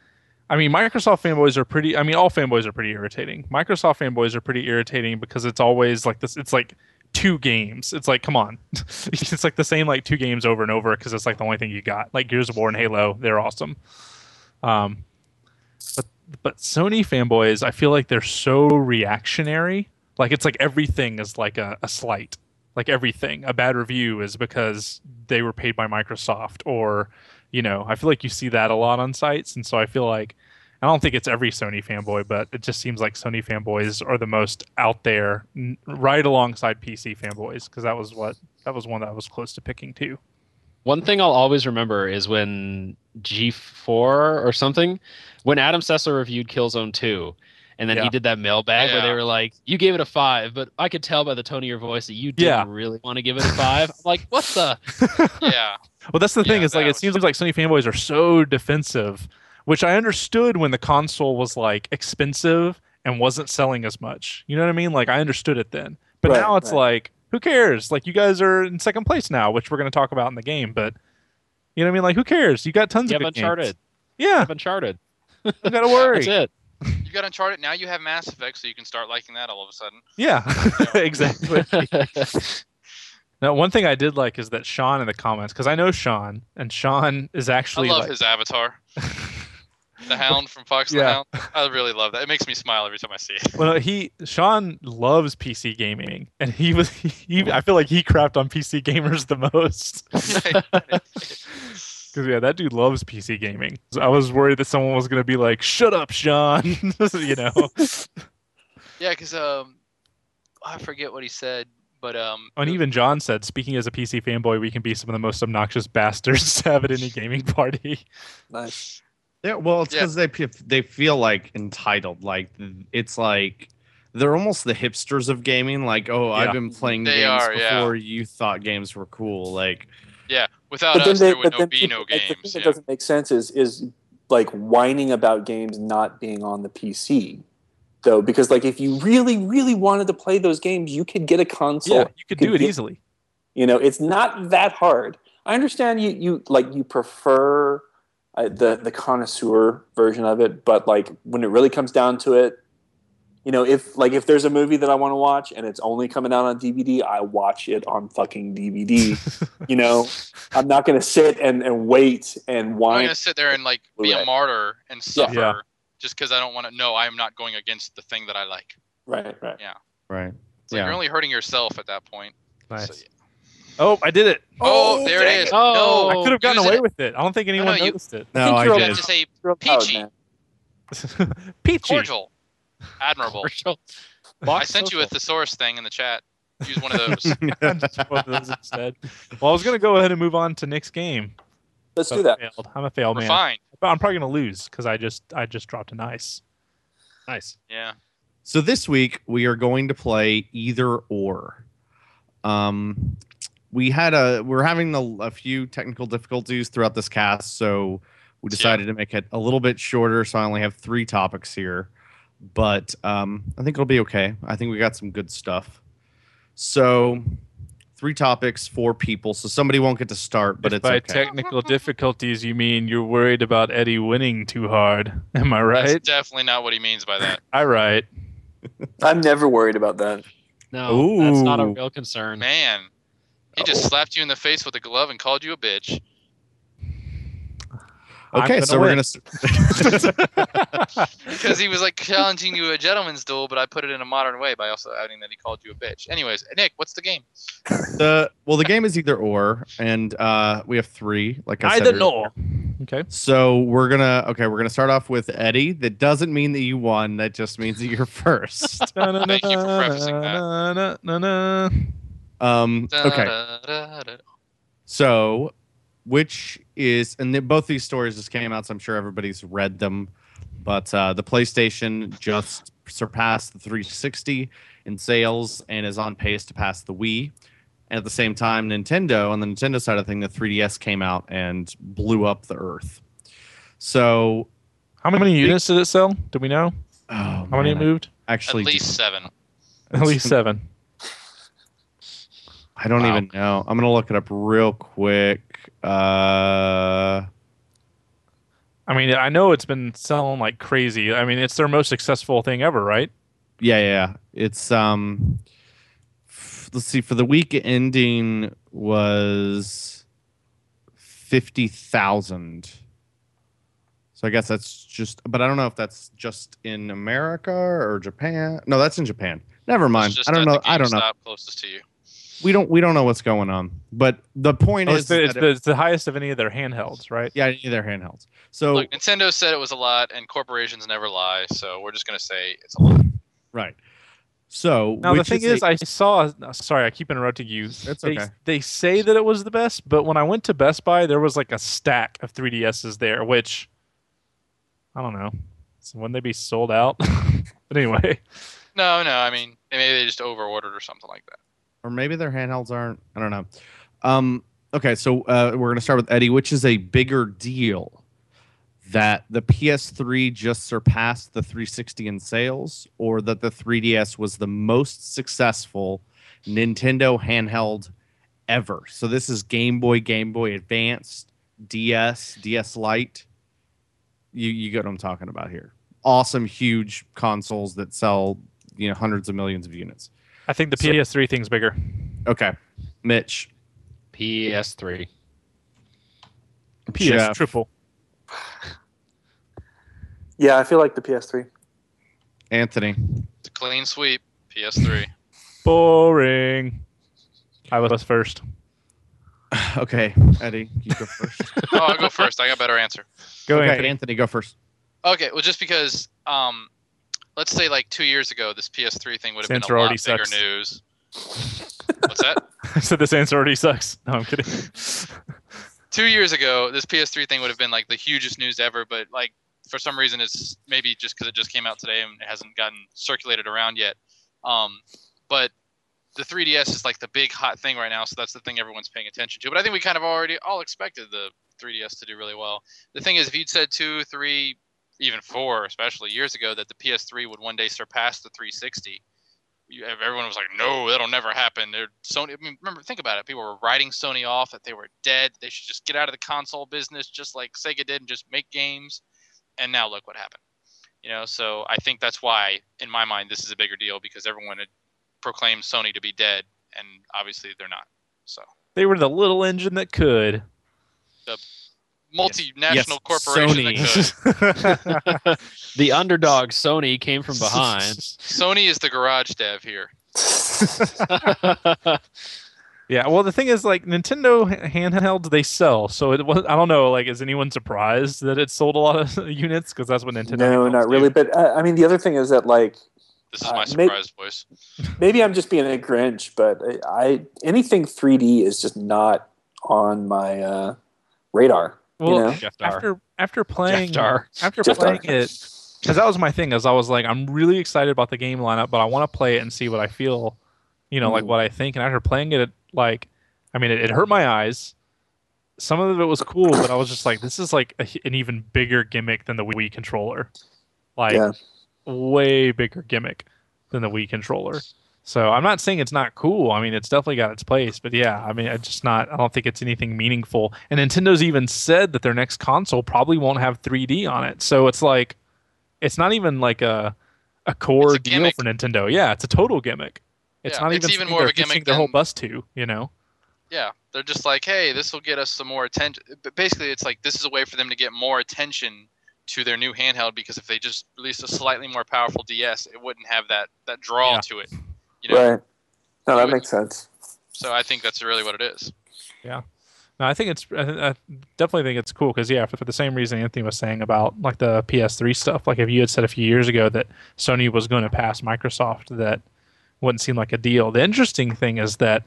S2: I mean, Microsoft fanboys are pretty. I mean, all fanboys are pretty irritating. Microsoft fanboys are pretty irritating because it's always like this. It's like two games. It's like, come on, [laughs] it's like the same like two games over and over because it's like the only thing you got. Like Gears of War and Halo, they're awesome. Um, but but Sony fanboys, I feel like they're so reactionary. Like it's like everything is like a, a slight. Like everything, a bad review is because they were paid by Microsoft or you know, I feel like you see that a lot on sites, and so I feel like I don't think it's every Sony fanboy, but it just seems like Sony fanboys are the most out there, n- right alongside PC fanboys, because that was what that was one that I was close to picking too.
S3: One thing I'll always remember is when G4 or something, when Adam Sessler reviewed Killzone 2, and then
S2: Yeah.
S3: he did that mailbag where they
S5: Yeah.
S3: were like, You gave it a five, but I could tell by the tone of your voice that you didn't
S2: Yeah.
S3: really want to give it a five. I'm like, What
S2: [laughs]
S3: the?
S5: Yeah,
S2: Well, that's the thing
S5: Yeah,
S2: is like it
S5: that was-
S2: seems like Sony fanboys are so defensive, which I understood when the console was like expensive and wasn't selling as much. You know what I mean? Like I understood it then, but
S4: Right,
S2: now it's
S4: right.
S2: like who cares? Like you guys are in second place now, which we're going to talk about in the game, but. You know what I mean? Like, who cares? You got tons
S3: You
S2: of
S3: have
S2: good games.
S3: Uncharted. You
S2: Yeah,
S3: have Uncharted.
S2: don't
S5: [laughs]
S2: gotta
S3: That's
S2: worry.
S3: it.
S5: you got Uncharted. Now you have Mass Effect, so you can start liking that all of
S2: [laughs]
S5: a sudden.
S2: Yeah,
S5: [laughs]
S2: exactly. now, one thing I did like is that Sean in the comments, because I know Sean, and Sean is
S5: I
S2: actually
S5: love
S2: like,
S5: his avatar,
S2: [laughs]
S5: the Hound from Fox and
S2: Yeah.
S5: the Hound. I really love that. It makes me smile every time I see it.
S2: well, he Sean loves PC gaming, and he was [laughs] he. I feel like he crapped on PC gamers the most. [laughs] Because yeah, that dude loves PC gaming. So I was worried that someone was gonna be like, "Shut up, Sean," [laughs] you know.
S5: [laughs] yeah, because um, I forget what he said, but um,
S2: And even John said, "Speaking as a PC fanboy, we can be some of the most obnoxious bastards [laughs] to have at any gaming party." [laughs]
S4: Nice.
S1: Yeah, well, it's
S5: Yeah.
S1: because they pe- they feel like entitled. Like it's like they're almost the hipsters of gaming. Like, oh,
S2: Yeah.
S1: I've been playing
S5: They
S1: games
S5: are, yeah.
S1: before you thought games were cool. Like,
S5: yeah, without
S4: But then
S5: us,
S4: they,
S5: there would
S4: but
S5: no,
S4: then
S5: be no
S4: people- like, the
S5: games.
S4: thing that
S5: yeah.
S4: doesn't make sense is is like whining about games not being on the PC though, because like if you really, really wanted to play those games, you could get a console.
S2: yeah, you could do it
S4: get-
S2: easily.
S4: You know, it's not that hard. I understand you you like you prefer uh, the the connoisseur version of it, but like when it really comes down to it, you know, if like if there's a movie that I want to watch and it's only coming out on DVD, I watch it on fucking [laughs] DVD. you know, I'm not going to sit and and wait and
S5: I'm
S4: whine.
S5: gonna sit there and like be a
S4: Right.
S5: martyr and
S4: Yeah.
S5: suffer just because I don't want to. No, I'm not going against the thing that I like.
S4: Right, right.
S1: right?
S5: It's like
S1: Yeah.
S5: you're only hurting yourself at that point.
S2: Nice.
S5: So, yeah.
S2: Oh, I did it.
S5: Oh, there
S4: dang
S5: it is.
S3: Oh.
S2: I
S5: no,
S2: could have gotten
S5: use
S2: away
S5: it.
S2: with it. I don't think anyone
S5: no, you-
S2: noticed it. [laughs]
S1: No,
S4: think
S1: I
S4: you're
S5: You
S4: all
S1: did.
S5: have to say
S4: Real proud,
S5: Peachy.
S4: man.
S2: Peachy.
S5: cordial, admirable.
S3: Commercial.
S5: I sent you a thesaurus thing in the chat. Use
S2: [laughs]
S5: one of those.
S2: [laughs] Just one of those instead. Well, I was gonna go ahead and move on to next game.
S4: Let's
S2: but
S4: do that.
S2: I failed. I'm a fail Oh, man.
S5: Refined.
S2: But I'm probably gonna lose because I just I just dropped an ice.
S3: Nice.
S5: Yeah.
S1: So this week we are going to play either or. Um, we had a we're having a, a few technical difficulties throughout this cast, so we
S5: Yeah.
S1: decided to make it a little bit shorter. So I only have three topics here, but um, I think it'll be okay. I think we got some good stuff. So three topics, four people. So somebody won't get to start, but
S2: If
S1: it's
S2: by
S1: okay.
S2: technical difficulties, you mean you're worried about Eddie winning too hard. [laughs] Am I
S1: [laughs]
S2: right?
S5: That's definitely not what he means by that.
S2: I right.
S4: I'm never worried about that.
S3: No, that's not a
S2: Ooh.
S3: real concern.
S5: Man, he just
S2: Oh.
S5: slapped you in the face with a glove and called you a bitch.
S2: I'm
S1: Okay, so we're
S2: win.
S1: gonna. st-
S5: because he was like challenging you to a gentleman's duel, but I put it in a modern way by also adding that he called you a bitch. Anyways, Nick, what's the game?
S1: the well, the game is either or, and uh, we have three. Like I said
S2: I don't
S1: earlier. [laughs]
S2: know. Okay.
S1: So we're gonna okay, we're gonna start off with Eddie. That doesn't mean that you won. That just means that you're [laughs] first.
S5: Thank you for prefacing that.
S1: um, okay.
S5: Da-da-da-da.
S1: So, which is, and then both these stories just came out, so I'm sure everybody's read them. But uh, the PlayStation just surpassed the 360 in sales and is on pace to pass the Wii. And at the same time, Nintendo, on the Nintendo side of the thing, the 3DS came out and blew up the earth. So,
S2: How many units did it sell? Do we know?
S1: oh,
S2: How many
S1: man, I
S2: moved?
S5: At
S1: Actually,
S5: least seven.
S2: At least seven.
S1: I don't
S3: Wow.
S1: even know. I'm gonna look it up real quick. Uh,
S2: I mean, I know it's been selling like crazy. I mean, it's their most successful thing ever, right?
S1: yeah, yeah, yeah. It's um, f- let's see. For the week ending was fifty thousand. So I guess that's just. But I don't know if that's just in America or Japan. No, that's in Japan. Never mind.
S5: It's just
S1: I don't
S5: at the
S1: know. I don't know.
S5: GameStop Closest to you.
S1: We don't. We don't know what's going on. But the point
S2: Oh,
S1: is,
S2: it's, the,
S1: that
S2: it's,
S1: it-
S2: the, it's the highest of any of their handhelds, right?
S1: yeah, any of their handhelds. So
S5: Look, Nintendo said it was a lot, and corporations never lie, so we're just gonna say it's a lot.
S1: right. So
S2: Now
S1: which
S2: the thing
S1: a-
S2: is, I saw. no, Sorry, I keep interrupting you.
S1: That's
S2: they,
S1: okay.
S2: They say that it was the best, but when I went to Best Buy, there was like a stack of 3DSs there, which I don't know. So wouldn't they be sold out? [laughs] but anyway,
S5: No, no, I mean maybe they just overordered or something like that.
S1: or maybe their handhelds aren't. I don't know. Um, okay, so uh, we're going to start with Eddie, which is a bigger deal that the PS3 just surpassed the 360 in sales, or that the 3DS was the most successful Nintendo handheld ever. So this is Game Boy, Game Boy Advanced, DS, DS Lite. You you get what I'm talking about here. Awesome, huge consoles that sell you know hundreds of millions of units.
S2: I think the
S1: So-
S2: PS3 thing's bigger.
S1: Okay, Mitch.
S3: PS3.
S2: PS
S1: Jeff.
S2: triple.
S4: Yeah, I feel like the PS3.
S1: Anthony.
S5: It's a clean sweep. PS3.
S2: Boring. I was first.
S1: [laughs] Okay, Eddie, you go first.
S5: oh, I'll go first. I got a better answer.
S2: Go
S1: okay,
S2: Anthony. [laughs]
S1: go first.
S5: Okay, well, just because, um, let's say like two years ago, this PS3 thing would have
S2: Since
S5: been a lot
S2: already
S5: bigger
S2: sucks.
S1: [laughs]
S5: news. What's that?
S2: so this answer already sucks. No, I'm kidding. [laughs]
S5: two years ago, this PS3 thing would have been like the hugest news ever, but like for some reason, it's maybe just because it just came out today and it hasn't gotten circulated around yet. Um, but the 3DS is like the big hot thing right now, so that's the thing everyone's paying attention to. But I think we kind of already all expected the 3DS to do really well. The thing is, if you'd said two, three, even four, especially years ago, that the PS3 would one day surpass the 360. You, everyone was like, "No, that'll never happen." They're Sony. I mean, remember, think about it. People were writing Sony off that they were dead. They should just get out of the console business, just like Sega did, and just make games. And now look what happened. You know, so I think that's why, in my mind, this is a bigger deal because everyone had proclaimed Sony to be dead, and obviously they're not. So
S2: they were the little engine that could.
S5: multinational
S1: Yes,
S5: corporation that
S1: Sony.
S5: could.
S1: [laughs]
S2: [laughs]
S3: the underdog Sony came from behind. [laughs]
S5: Sony is the garage dev here.
S2: Yeah, well, the thing is, like Nintendo h- handhelds, they sell. So it was, I don't know, like, is anyone surprised that it sold a lot of [laughs] units? Because that's what Nintendo.
S4: [laughs] No,
S2: handhelds
S4: not
S2: do.
S4: really. But uh, I mean, the other thing is that like
S5: This is
S4: Uh,
S5: my
S4: may-
S5: surprise voice.
S4: maybe I'm just being a Grinch, but I, I anything 3D is just not on my uh, radar.
S2: Well,
S4: know?
S3: Jeff Dar.
S2: after after
S3: Jeff
S2: playing
S3: Dar.
S2: after
S4: Jeff Dar.
S2: playing it, because that was my thing. Is I was like, I'm really excited about the game lineup, but I want to play it and see what I feel, you know, like
S4: Mm.
S2: what I think. And after playing it, it, like, I mean, it, it hurt my eyes. Some of it was cool, but I was just like, this is like a, an even bigger gimmick than the Wii controller. Like,
S4: Yeah.
S2: way bigger gimmick than the Wii controller. So I'm not saying it's not cool. I mean, it's definitely got its place, but yeah, I mean, it's just not. I don't think it's anything meaningful. And Nintendo's even said that their next console probably won't have 3D on it. So it's like, it's not even like a a core
S5: It's a
S2: deal
S5: gimmick.
S2: for Nintendo. Yeah, it's a total gimmick. It's
S5: Yeah,
S2: not
S5: it's
S2: even,
S5: even
S2: something
S5: more of
S2: they're
S5: a gimmick
S2: pitching the whole
S5: than-
S2: bus to. You know,
S5: Yeah, they're just like, hey, this will get us some more attention. But basically, it's like this is a way for them to get more attention to their new handheld because if they just released a slightly more powerful DS, it wouldn't have that that draw
S2: Yeah.
S5: to it. You know,
S4: Right. No, that makes sense.
S5: so I think that's really what it is.
S2: no, I think it's I, th- I definitely think it's cool because yeah, for, for the same reason Anthony was saying about like the PS3 stuff. Like if you had said a few years ago that Sony was going to pass Microsoft, that wouldn't seem like a deal. The interesting thing is that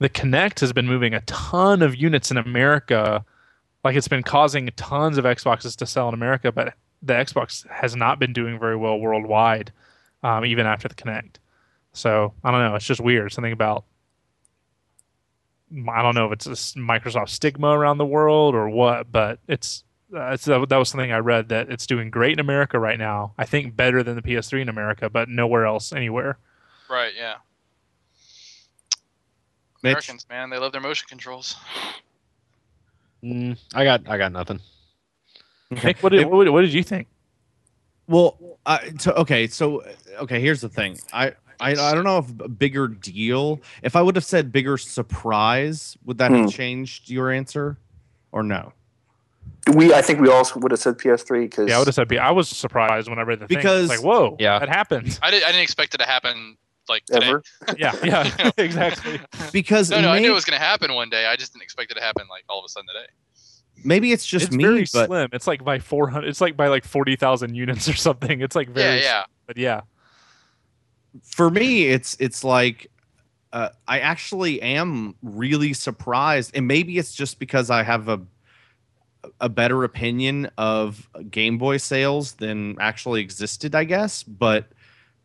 S2: the Kinect has been moving a ton of units in America. Like it's been causing tons of Xboxes to sell in America, but the Xbox has not been doing very well worldwide, um, even after the Kinect. So I don't know. It's just weird. Something about I don't know if it's a s- Microsoft stigma around the world or what, but it's. Uh, it's, that was something I read that it's doing great in America right now. I think better than the PS3 in America, but nowhere else anywhere.
S5: Right? Yeah.
S1: Mitch,
S5: Americans, man, they love their motion controls.
S3: Mm, I got I got
S5: [laughs]
S3: nothing.
S2: Nick, what did, what, what did you think?
S1: well, I so- okay, so okay, here's the thing. I, I I don't know if a bigger deal. If I would have said bigger surprise, would that
S4: Hmm.
S1: have changed your answer, or no?
S4: We, I think we all would have said PS3 because
S2: Yeah, I would have said P- I was surprised when I read the
S1: Because-
S2: thing. It's like, whoa,
S3: Yeah.
S2: that happened. [laughs]
S5: I, did, I didn't expect it to happen like today.
S4: ever.
S2: yeah, yeah, [laughs] exactly.
S1: Because
S5: No, no, I
S1: may-
S5: knew it was going to happen one day. I just didn't expect it to happen like all of a sudden today.
S1: maybe it's just
S2: it's
S1: me,
S2: very
S1: but
S2: slim. It's like by four hundred. It's like by like forty thousand units or something. It's like very.
S5: yeah, yeah.
S2: But yeah,
S1: for me it's it's like uh, i actually am really surprised and maybe it's just because i have a a better opinion of game boy sales than actually existed i guess but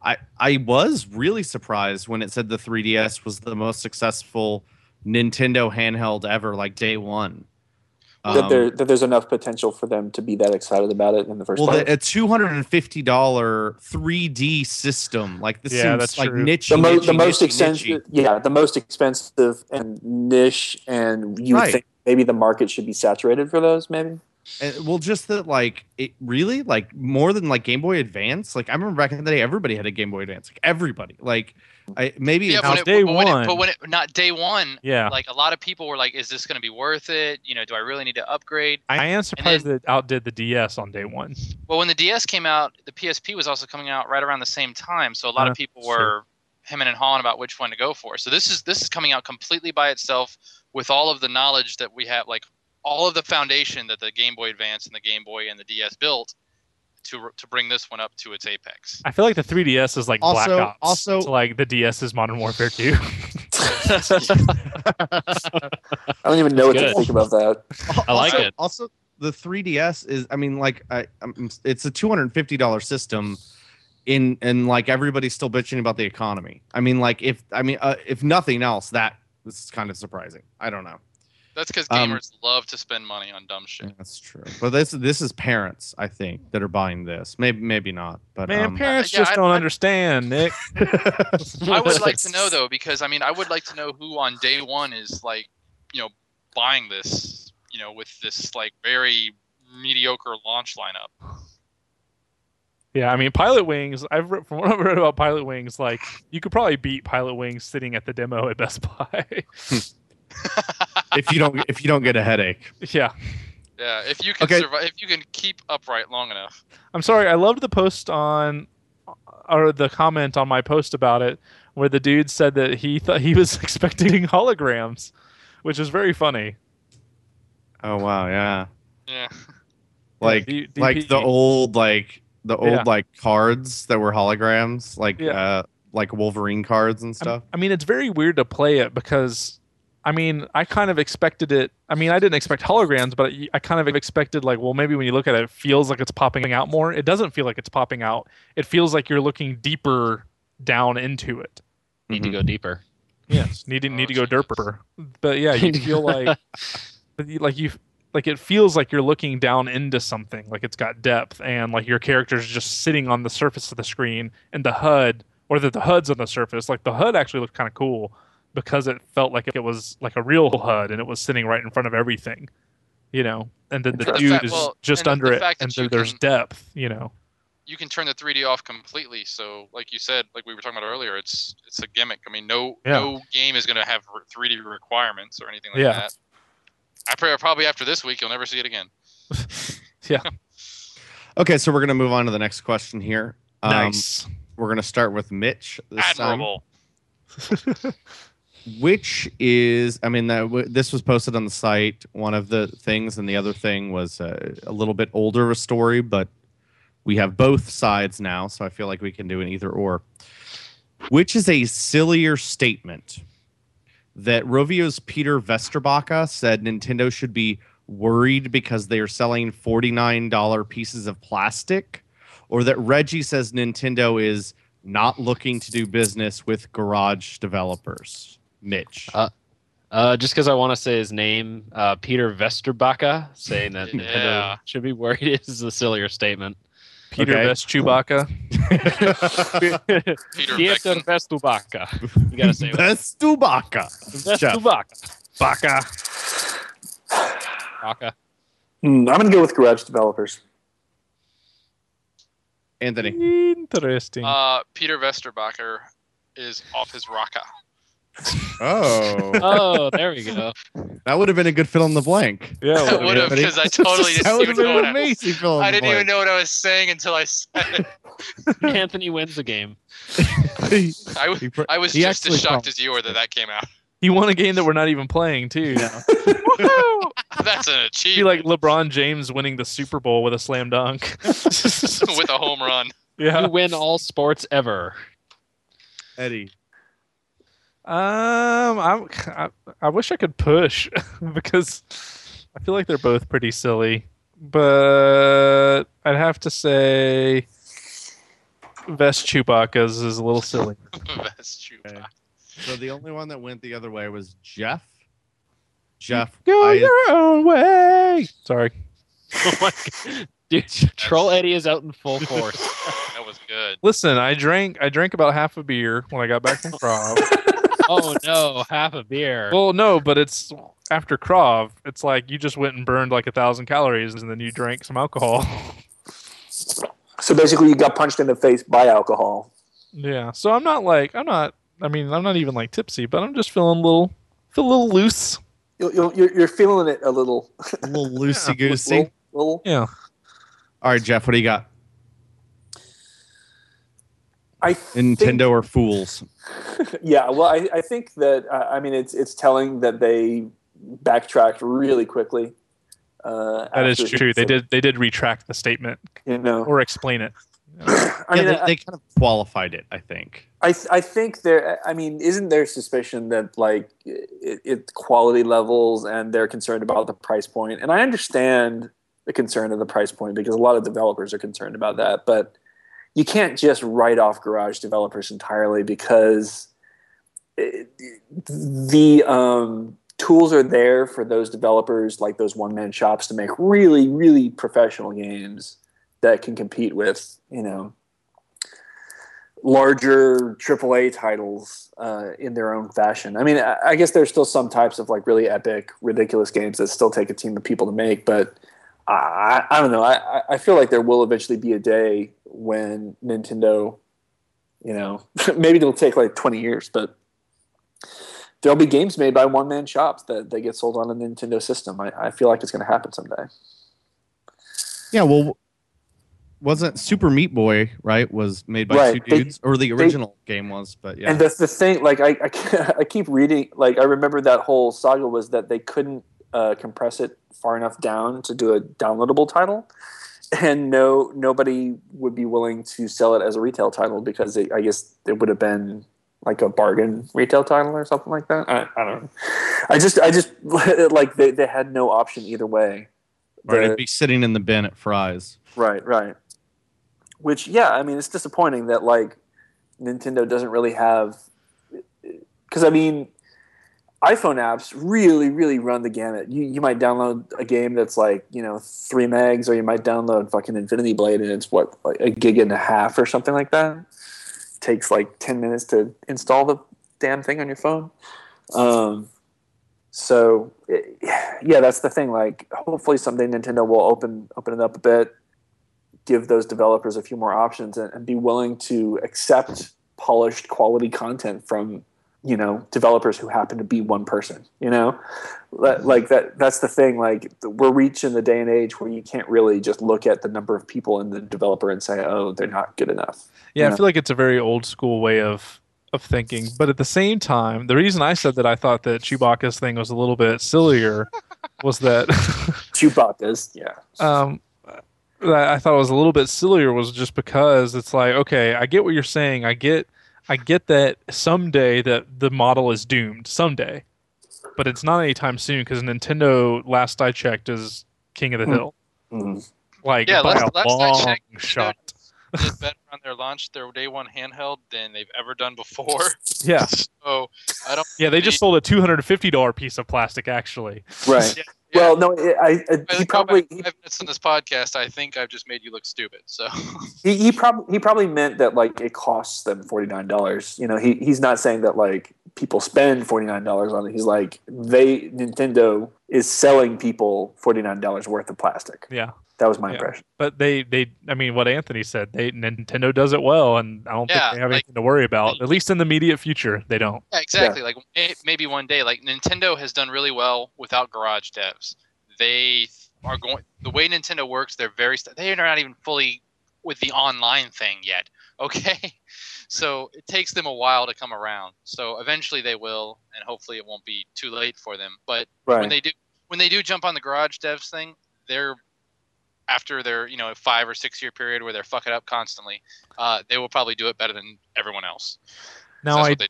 S1: i i was really surprised when it said the 3ds was the most successful nintendo handheld ever like day one
S4: that
S1: Um,
S4: there that there's enough potential for them to be that excited about it in the first
S1: well,
S4: place.
S1: the, a two hundred and fifty dollar three D system like this
S2: Yeah,
S1: seems
S2: that's
S1: like
S2: true.
S1: niche.
S4: the, mo-
S1: niche,
S4: the most
S1: niche, niche.
S4: expensive, yeah, the most expensive and niche, and you
S1: Right.
S4: would think maybe the market should be saturated for those, maybe.
S1: And, Uh, well, just that, like, it really, like, more than like Game Boy Advance. Like, I remember back in the day, everybody had a Game Boy Advance. Like, everybody. Like, I maybe
S5: Yeah,
S1: it's
S2: now
S5: but,
S1: just-
S5: it,
S2: day
S5: but, when
S2: one-
S5: it, but when it not day one,
S2: yeah.
S5: like a lot of people were like, "Is this going to be worth it? You know, do I really need to upgrade?"
S2: I am surprised that it outdid the DS on day one.
S5: Well, when the DS came out, the PSP was also coming out right around the same time, so a lot
S2: Uh,
S5: of people
S2: sure.
S5: were hemming and hawing about which one to go for. So this is this is coming out completely by itself with all of the knowledge that we have, like all of the foundation that the Game Boy Advance and the Game Boy and the DS built to to bring this one up to its apex.
S2: I feel like the 3DS is like
S1: Also-
S2: Black Ops.
S1: also-
S2: to, like the DS is Modern Warfare 2.
S4: I don't even
S3: That's
S4: know what
S3: good.
S4: to think about that.
S3: I like
S1: also,
S3: it.
S1: Also, the 3DS is, I mean, like, I, I'm, it's a $250 system. In and like everybody's still bitching about the economy. I mean, like if I mean uh, if nothing else, that is kind of surprising. I don't know.
S5: That's because
S1: Um,
S5: gamers love to spend money on dumb
S1: [laughs]
S5: shit.
S1: That's true. But this this is parents, I think, that are buying this. Maybe maybe not. But
S2: Man,
S1: um,
S2: parents
S5: yeah,
S2: just
S5: I-
S2: don't
S5: I-
S2: understand,
S5: [laughs]
S2: Nick.
S5: I would like to know though, because I mean, I would like to know who on day one is like, you know, buying this, you know, with this like very mediocre launch lineup.
S2: Yeah, I mean, Pilot Wings. I've re- from what I've read about Pilot Wings, like you could probably beat Pilot Wings sitting at the demo at Best Buy. [laughs]
S1: if you don't if you don't get a headache.
S2: yeah,
S5: Yeah, if you can
S1: Okay.
S5: survive, if you can keep upright long enough.
S2: I'm sorry. I loved the post on, uh, or the comment on my post about it, where the dude said that he thought he was [laughs] expecting holograms, which is very funny.
S1: Oh wow, yeah.
S5: Yeah,
S1: Like
S2: D- DP.
S1: like the old like the old
S2: Yeah.
S1: like cards that were holograms, like
S2: Yeah.
S1: uh like Wolverine cards and
S2: I'm-
S1: stuff.
S2: I mean, it's very weird to play it because, I mean, I kind of expected it. I mean, I didn't expect holograms, but I, I kind of expected like, well, maybe when you look at it, it feels like it's popping out more. It doesn't feel like it's popping out. It feels like you're looking deeper down into it.
S3: Need to
S1: Mhm.
S3: go deeper.
S2: Yes, need to
S5: Oh,
S2: need to go
S5: Jesus.
S2: derper. But yeah, you
S5: [laughs]
S2: feel like, but you- like you, like it feels like you're looking down into something. Like it's got depth, and like your character's just sitting on the surface of the screen, and the HUD or that the HUD's on the surface. Like the HUD actually looked kind of cool because it felt like it was like a real HUD, and it was sitting right in front of everything, you know. And then the
S5: And the
S2: dude
S5: fact-
S2: is
S5: well,
S2: just
S5: and the
S2: under it,
S5: fact that
S2: and
S5: you
S2: so there's
S5: can-
S2: depth, you know.
S5: you can turn the 3D off completely. So, like you said, like we were talking about earlier, it's it's a gimmick. I mean, no
S2: Yeah.
S5: no game is going to have re- 3D requirements or anything like
S2: Yeah.
S5: that. I pray probably after this week you'll never see it again.
S1: Okay, so we're gonna move on to the next question here. Um,
S2: nice.
S1: We're gonna start with Mitch. This time.
S5: Admirable.
S1: which is i mean that w- this was posted on the site one of the things and the other thing was uh, a little bit older of a story but we have both sides now so i feel like we can do an either or which is a sillier statement that rovio's peter vesterbaca said nintendo should be worried because they are selling $49 pieces of plastic or that reggie says nintendo is not looking to do business with garage developers mitch
S3: Uh, Uh, just because I want to say his name, uh, Peter Vesterbaca, saying that
S5: Yeah.
S3: Nintendo should be worried [laughs] is a sillier statement.
S2: Peter
S1: okay.
S2: Vest Chewbacca.
S5: Peter
S3: Peter
S5: Beckton.
S3: Vesterbaca. You gotta say it.
S1: That's Stubaca. Jeff.
S3: Vesterbaca.
S2: Baca.
S3: Baca.
S4: Hmm, I'm going to go with garage developers.
S1: Anthony.
S2: Interesting.
S5: Uh, Peter Vesterbacher is off his rocker.
S1: Oh,
S3: Oh, there we go.
S1: [laughs] that would have been a good fill in the blank.
S2: yeah,
S5: I
S2: well,
S5: [laughs] would have
S1: Anthony.
S5: because I
S1: [laughs]
S5: totally
S1: that
S5: didn't
S1: would
S5: even
S1: have
S5: know
S1: been
S5: what
S1: an
S5: I,
S1: amazing fill in
S5: I
S1: the
S5: didn't even
S1: blank.
S5: know what I was saying until I said it.
S3: Anthony wins the game.
S5: [laughs]
S1: [laughs]
S5: I, w-
S1: He pr-
S5: I was
S1: He
S5: just as
S1: actually
S5: shocked
S1: promised.
S5: as you were that that came out. [laughs]
S2: he won a game that we're not even playing too. Woohoo!
S5: That's an
S2: Be like
S5: achievement
S2: LeBron James winning the Super Bowl with a slam [laughs] dunk.
S5: [laughs] with a home run.
S2: yeah. [laughs]
S3: You win all sports ever. [laughs]
S1: Eddie.
S2: Um, I'm, I, I wish I could push [laughs] because I feel like they're both pretty silly, but I'd have to say Vest Chewbacca's is a little silly.
S5: That's true.
S1: Okay. So the only one that went the other way was Jeff. Jeff.
S2: [laughs] Go
S1: I-
S2: your own way. Sorry.
S3: Oh my God. Dude, Troll Eddie is out in full force.
S5: That was good.
S2: Listen, I drank I drank about half a beer when I got [laughs] back from Krav.
S3: Oh no, half a beer.
S2: well, no, but it's after Krav, it's like you just went and burned like a thousand calories and then you drank some [laughs] alcohol.
S4: So basically, you got punched in the face by alcohol.
S2: Yeah. So I'm not like I'm not. I mean, I'm not even like tipsy, but I'm just feeling a little, feel a little loose.
S4: You'll, you'll, you're, you're feeling it a little.
S1: A little loosey
S4: [laughs]
S1: goosey.
S4: Little, little.
S2: Yeah.
S1: All right, Jeff, what do you got?
S4: I
S1: Nintendo
S4: think-
S1: or fools?
S4: yeah, well, I, I think that uh, I mean it's it's telling that they backtracked really quickly. Uh,
S2: That is
S4: after-
S2: true. They did. They did retract the statement
S4: you know.
S2: or explain it.
S4: I
S1: yeah,
S4: mean,
S1: they, they kind of qualified it, I think.
S4: I th- I think there. I mean, isn't there suspicion that like it, it quality levels and they're concerned about the price point? And I understand the concern of the price point because a lot of developers are concerned about that. But you can't just write off garage developers entirely because it, the um, tools are there for those developers, like those one man shops, to make really really professional games that can compete with you know larger AAA titles uh, in their own fashion. I mean, I, I guess there's still some types of like really epic, ridiculous games that still take a team of people to make, but I, I I don't know. I, I- I feel like there will eventually be a day when Nintendo, you know, [laughs] maybe it'll take like 20 years, but there'll be games made by one man shops that they get sold on a Nintendo system. I, I feel like it's going to happen someday.
S1: Yeah, well, wasn't Super Meat Boy, right? Was made by
S4: Right,
S1: two
S4: they-
S1: dudes, or the original game was, but yeah.
S4: And that's the thing. Like I, I, [laughs] I keep reading. Like I remember that whole saga was that they couldn't uh, compress it far enough down to do a downloadable title, and no, nobody would be willing to sell it as a retail title because it, I guess it would have been like a bargain retail title or something like that. I, I don't know. I just, I just [laughs] like they, they had no option either way.
S1: Right,
S4: The-
S1: it'd be sitting in the bin at Fry's.
S4: Right, right. Which, yeah, I mean, it's disappointing that like Nintendo doesn't really have, because I mean, iPhone apps really, really run the gamut. You you might download a game that's like you know three megs, or you might download fucking Infinity Blade, and it's what like a gig and a half or something like that. takes like ten minutes to install the damn thing on your phone. Um, so it- yeah, that's the thing. Like, hopefully someday Nintendo will open open it up a bit give those developers a few more options and, and be willing to accept polished quality content from you know developers who happen to be one person you know Li- like that that's the thing like the- we're reaching the day and age where you can't really just look at the number of people in the developer and say oh they're not good enough
S2: Yeah, I
S4: Yeah.
S2: feel like it's a very old school way of of thinking. But at the same time, the reason I said that I thought that Chewbacca's thing was a little bit sillier was that [laughs]
S4: Chewbacca's yeah
S2: um that I thought it was a little bit sillier was just because it's like, okay, I get what you're saying. I get I get that someday that the model is doomed someday. But it's not anytime soon because Nintendo last I checked is king of the
S4: Hmm.
S2: hill.
S4: Mhm.
S2: Like
S5: Yeah,
S2: by
S5: last-
S2: a
S5: last I
S2: long
S5: checked, Nintendo-
S2: shot.
S5: did better on their launch, their day one handheld than they've ever done before. [laughs]
S2: Yeah.
S5: So I don't.
S2: Yeah, they just sold a two hundred and fifty dollar piece of plastic actually.
S4: right
S5: Yeah,
S4: well no it, I, I-
S5: yeah.
S4: he
S5: By the probably,
S4: probably
S5: back five minutes in this podcast, I think I've just made you look stupid. So [laughs]
S4: he, he probably he probably meant that like it costs them forty nine dollars. You know, he he's not saying that like people spend forty nine dollars on it. He's like they Nintendo is selling people forty nine dollars worth of plastic.
S2: Yeah.
S4: That was my
S2: Yeah.
S4: impression.
S2: But they, they, I mean, what Anthony said, they Nintendo does it well, and I don't
S5: Yeah,
S2: think they have
S5: like-
S2: anything to worry about. At least in the immediate future, they don't.
S5: yeah, exactly. Like may- maybe one day, like Nintendo has done really well without garage devs. They are going the way Nintendo works. They're very st- they're not even fully with the online thing yet. [laughs] Okay, so it takes them a while to come around. So eventually they will, and hopefully it won't be too late for them. But when
S4: Right.
S5: they do when they do jump on the garage devs thing, they're after their you know five or six year period where they're fucking up constantly, uh, they will probably do it better than everyone else.
S2: Now,
S5: That's
S2: I,
S5: what they-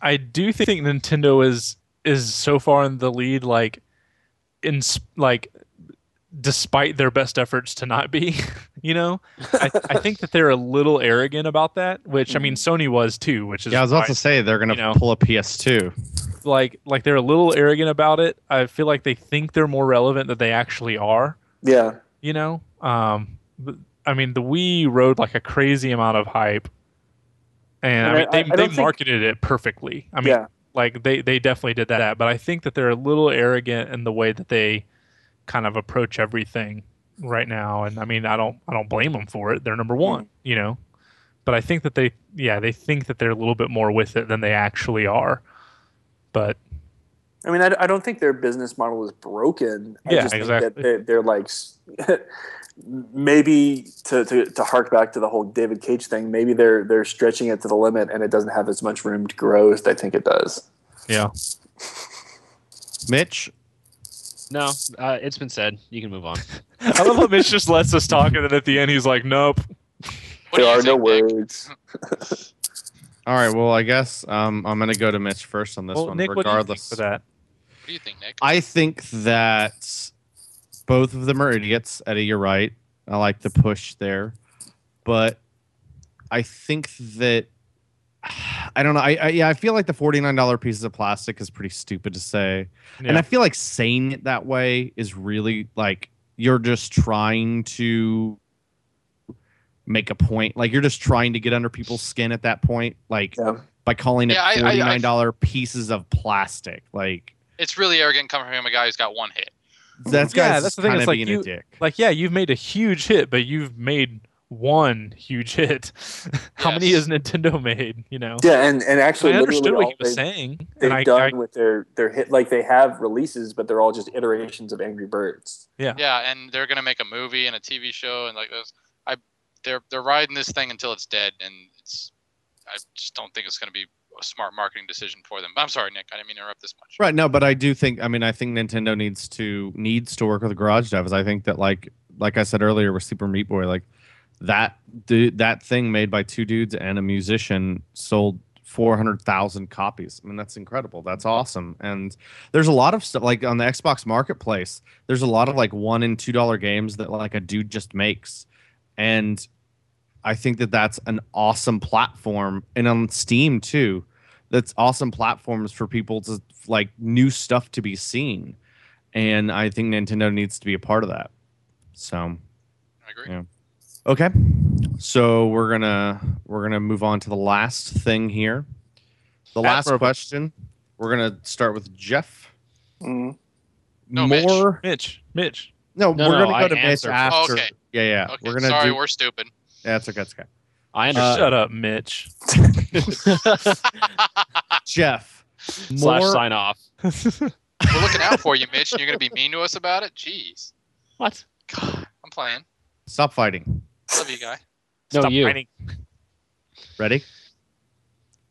S2: I do think Nintendo is is so far in the lead, like, in s- like, despite their best efforts to not be, [laughs] you know, I, I think that they're a little arrogant about that. Which I mean,
S4: Mm-hmm.
S2: Sony was too. Which is
S1: Yeah, I was about
S2: why-
S1: to say they're gonna
S2: you know.
S1: pull a PS2.
S2: like like they're a little arrogant about it. I feel like they think they're more relevant than they actually are.
S4: yeah.
S2: you know um th- i mean the wii rode like a crazy amount of hype and,
S4: And
S2: i mean
S4: I-
S2: they,
S4: I- I
S2: they
S4: don't think-
S2: marketed it perfectly i mean
S4: yeah.
S2: like they they definitely did that but i think that they're a little arrogant in the way that they kind of approach everything right now and i mean i don't i don't blame them for it they're number one you know but i think that they yeah they think that they're a little bit more with it than they actually are but
S4: I mean, I, I don't think their business model is broken. I
S2: Yeah,
S4: just think
S2: exactly.
S4: that they're, they're like, s- [laughs] maybe to, to, to hark back to the whole David Cage thing, maybe they're they're stretching it to the limit and it doesn't have as much room to grow as they think it does.
S2: yeah
S1: Mitch,
S3: No, uh, it's been said. You can move on.
S2: [laughs] i love how mitch just lets us talk and then at the end he's like nope
S5: What
S4: there
S5: do you
S4: are no
S5: think, Nick?
S4: words.
S1: all right. Well, I guess um, I'm gonna go to Mitch first on this
S2: well
S1: one,
S2: nick what do you think
S1: regardless.
S2: for that
S5: What do you think, Nick?
S1: I think that both of them are idiots. Eddie, you're right. I like the push there, but I think that [sighs] I don't know. I, I yeah, I feel like the forty nine dollar pieces of plastic is pretty stupid to say, and
S2: Yeah.
S1: I feel like saying it that way is really like you're just trying to make a point. Like you're just trying to get under people's skin at that point, like
S4: Yeah.
S1: by calling
S5: Yeah, I- I-
S1: it
S5: I-
S1: forty nine dollar pieces of plastic, like.
S5: It's really arrogant coming from a guy who's got one hit.
S1: That's
S2: Yeah,
S1: guys
S2: that's the thing,
S1: kind
S2: it's
S1: of
S2: like
S1: being
S2: you-
S1: a dick.
S2: like yeah you've made a huge hit but you've made one huge hit [laughs] how many has
S5: Yes.
S2: nintendo made you know
S4: Yeah, and, and actually,
S2: i understood
S4: literally
S2: what
S4: all
S2: he was
S4: they,
S2: saying
S4: they've
S2: and I,
S4: done
S2: I-
S4: with their their hit, like they have releases, but they're all just iterations of Angry Birds.
S5: Yeah, and they're gonna make a movie and a TV show and like this. I they're they're riding this thing until it's dead, and it's I just don't think it's gonna be a smart marketing decision for them. But I'm sorry, Nick. I didn't mean to interrupt this much.
S1: Right. No, but I do think. I mean, I think Nintendo needs to needs to work with garage devs. I think that like like I said earlier with Super Meat Boy, like that dude, that thing made by two dudes and a musician sold four hundred thousand copies. I mean, that's incredible. That's awesome. And there's a lot of stuff like on the Xbox Marketplace. There's a lot of like one and two dollar games that like a dude just makes, and I think that that's an awesome platform, and on Steam too that's awesome platforms for people to like new stuff to be seen and i think nintendo needs to be a part of that so
S5: I agree.
S1: Yeah. okay so we're gonna we're gonna move on to the last thing here the
S2: Pat
S1: last
S2: Robo.
S1: question we're gonna start with jeff
S4: Mm.
S5: No, Mitch.
S1: more
S2: mitch mitch
S1: no,
S3: No,
S1: we're
S3: no,
S1: gonna go
S3: I
S1: to mitch
S3: answer.
S1: after
S5: okay.
S1: Yeah, yeah.
S5: Okay,
S1: We're gonna
S5: sorry,
S1: do.
S5: we're stupid.
S1: That's okay. That's okay. Uh,
S3: I understand.
S2: Shut up, Mitch.
S1: Jeff.
S3: Slash
S1: more-
S3: sign off.
S5: we're looking out for you, Mitch, and you're gonna be mean to us about it. Jeez,
S3: What?
S5: God, I'm playing.
S1: Stop fighting.
S5: Love you, guy.
S3: No,
S2: Stop
S3: you.
S2: whining.
S1: Ready?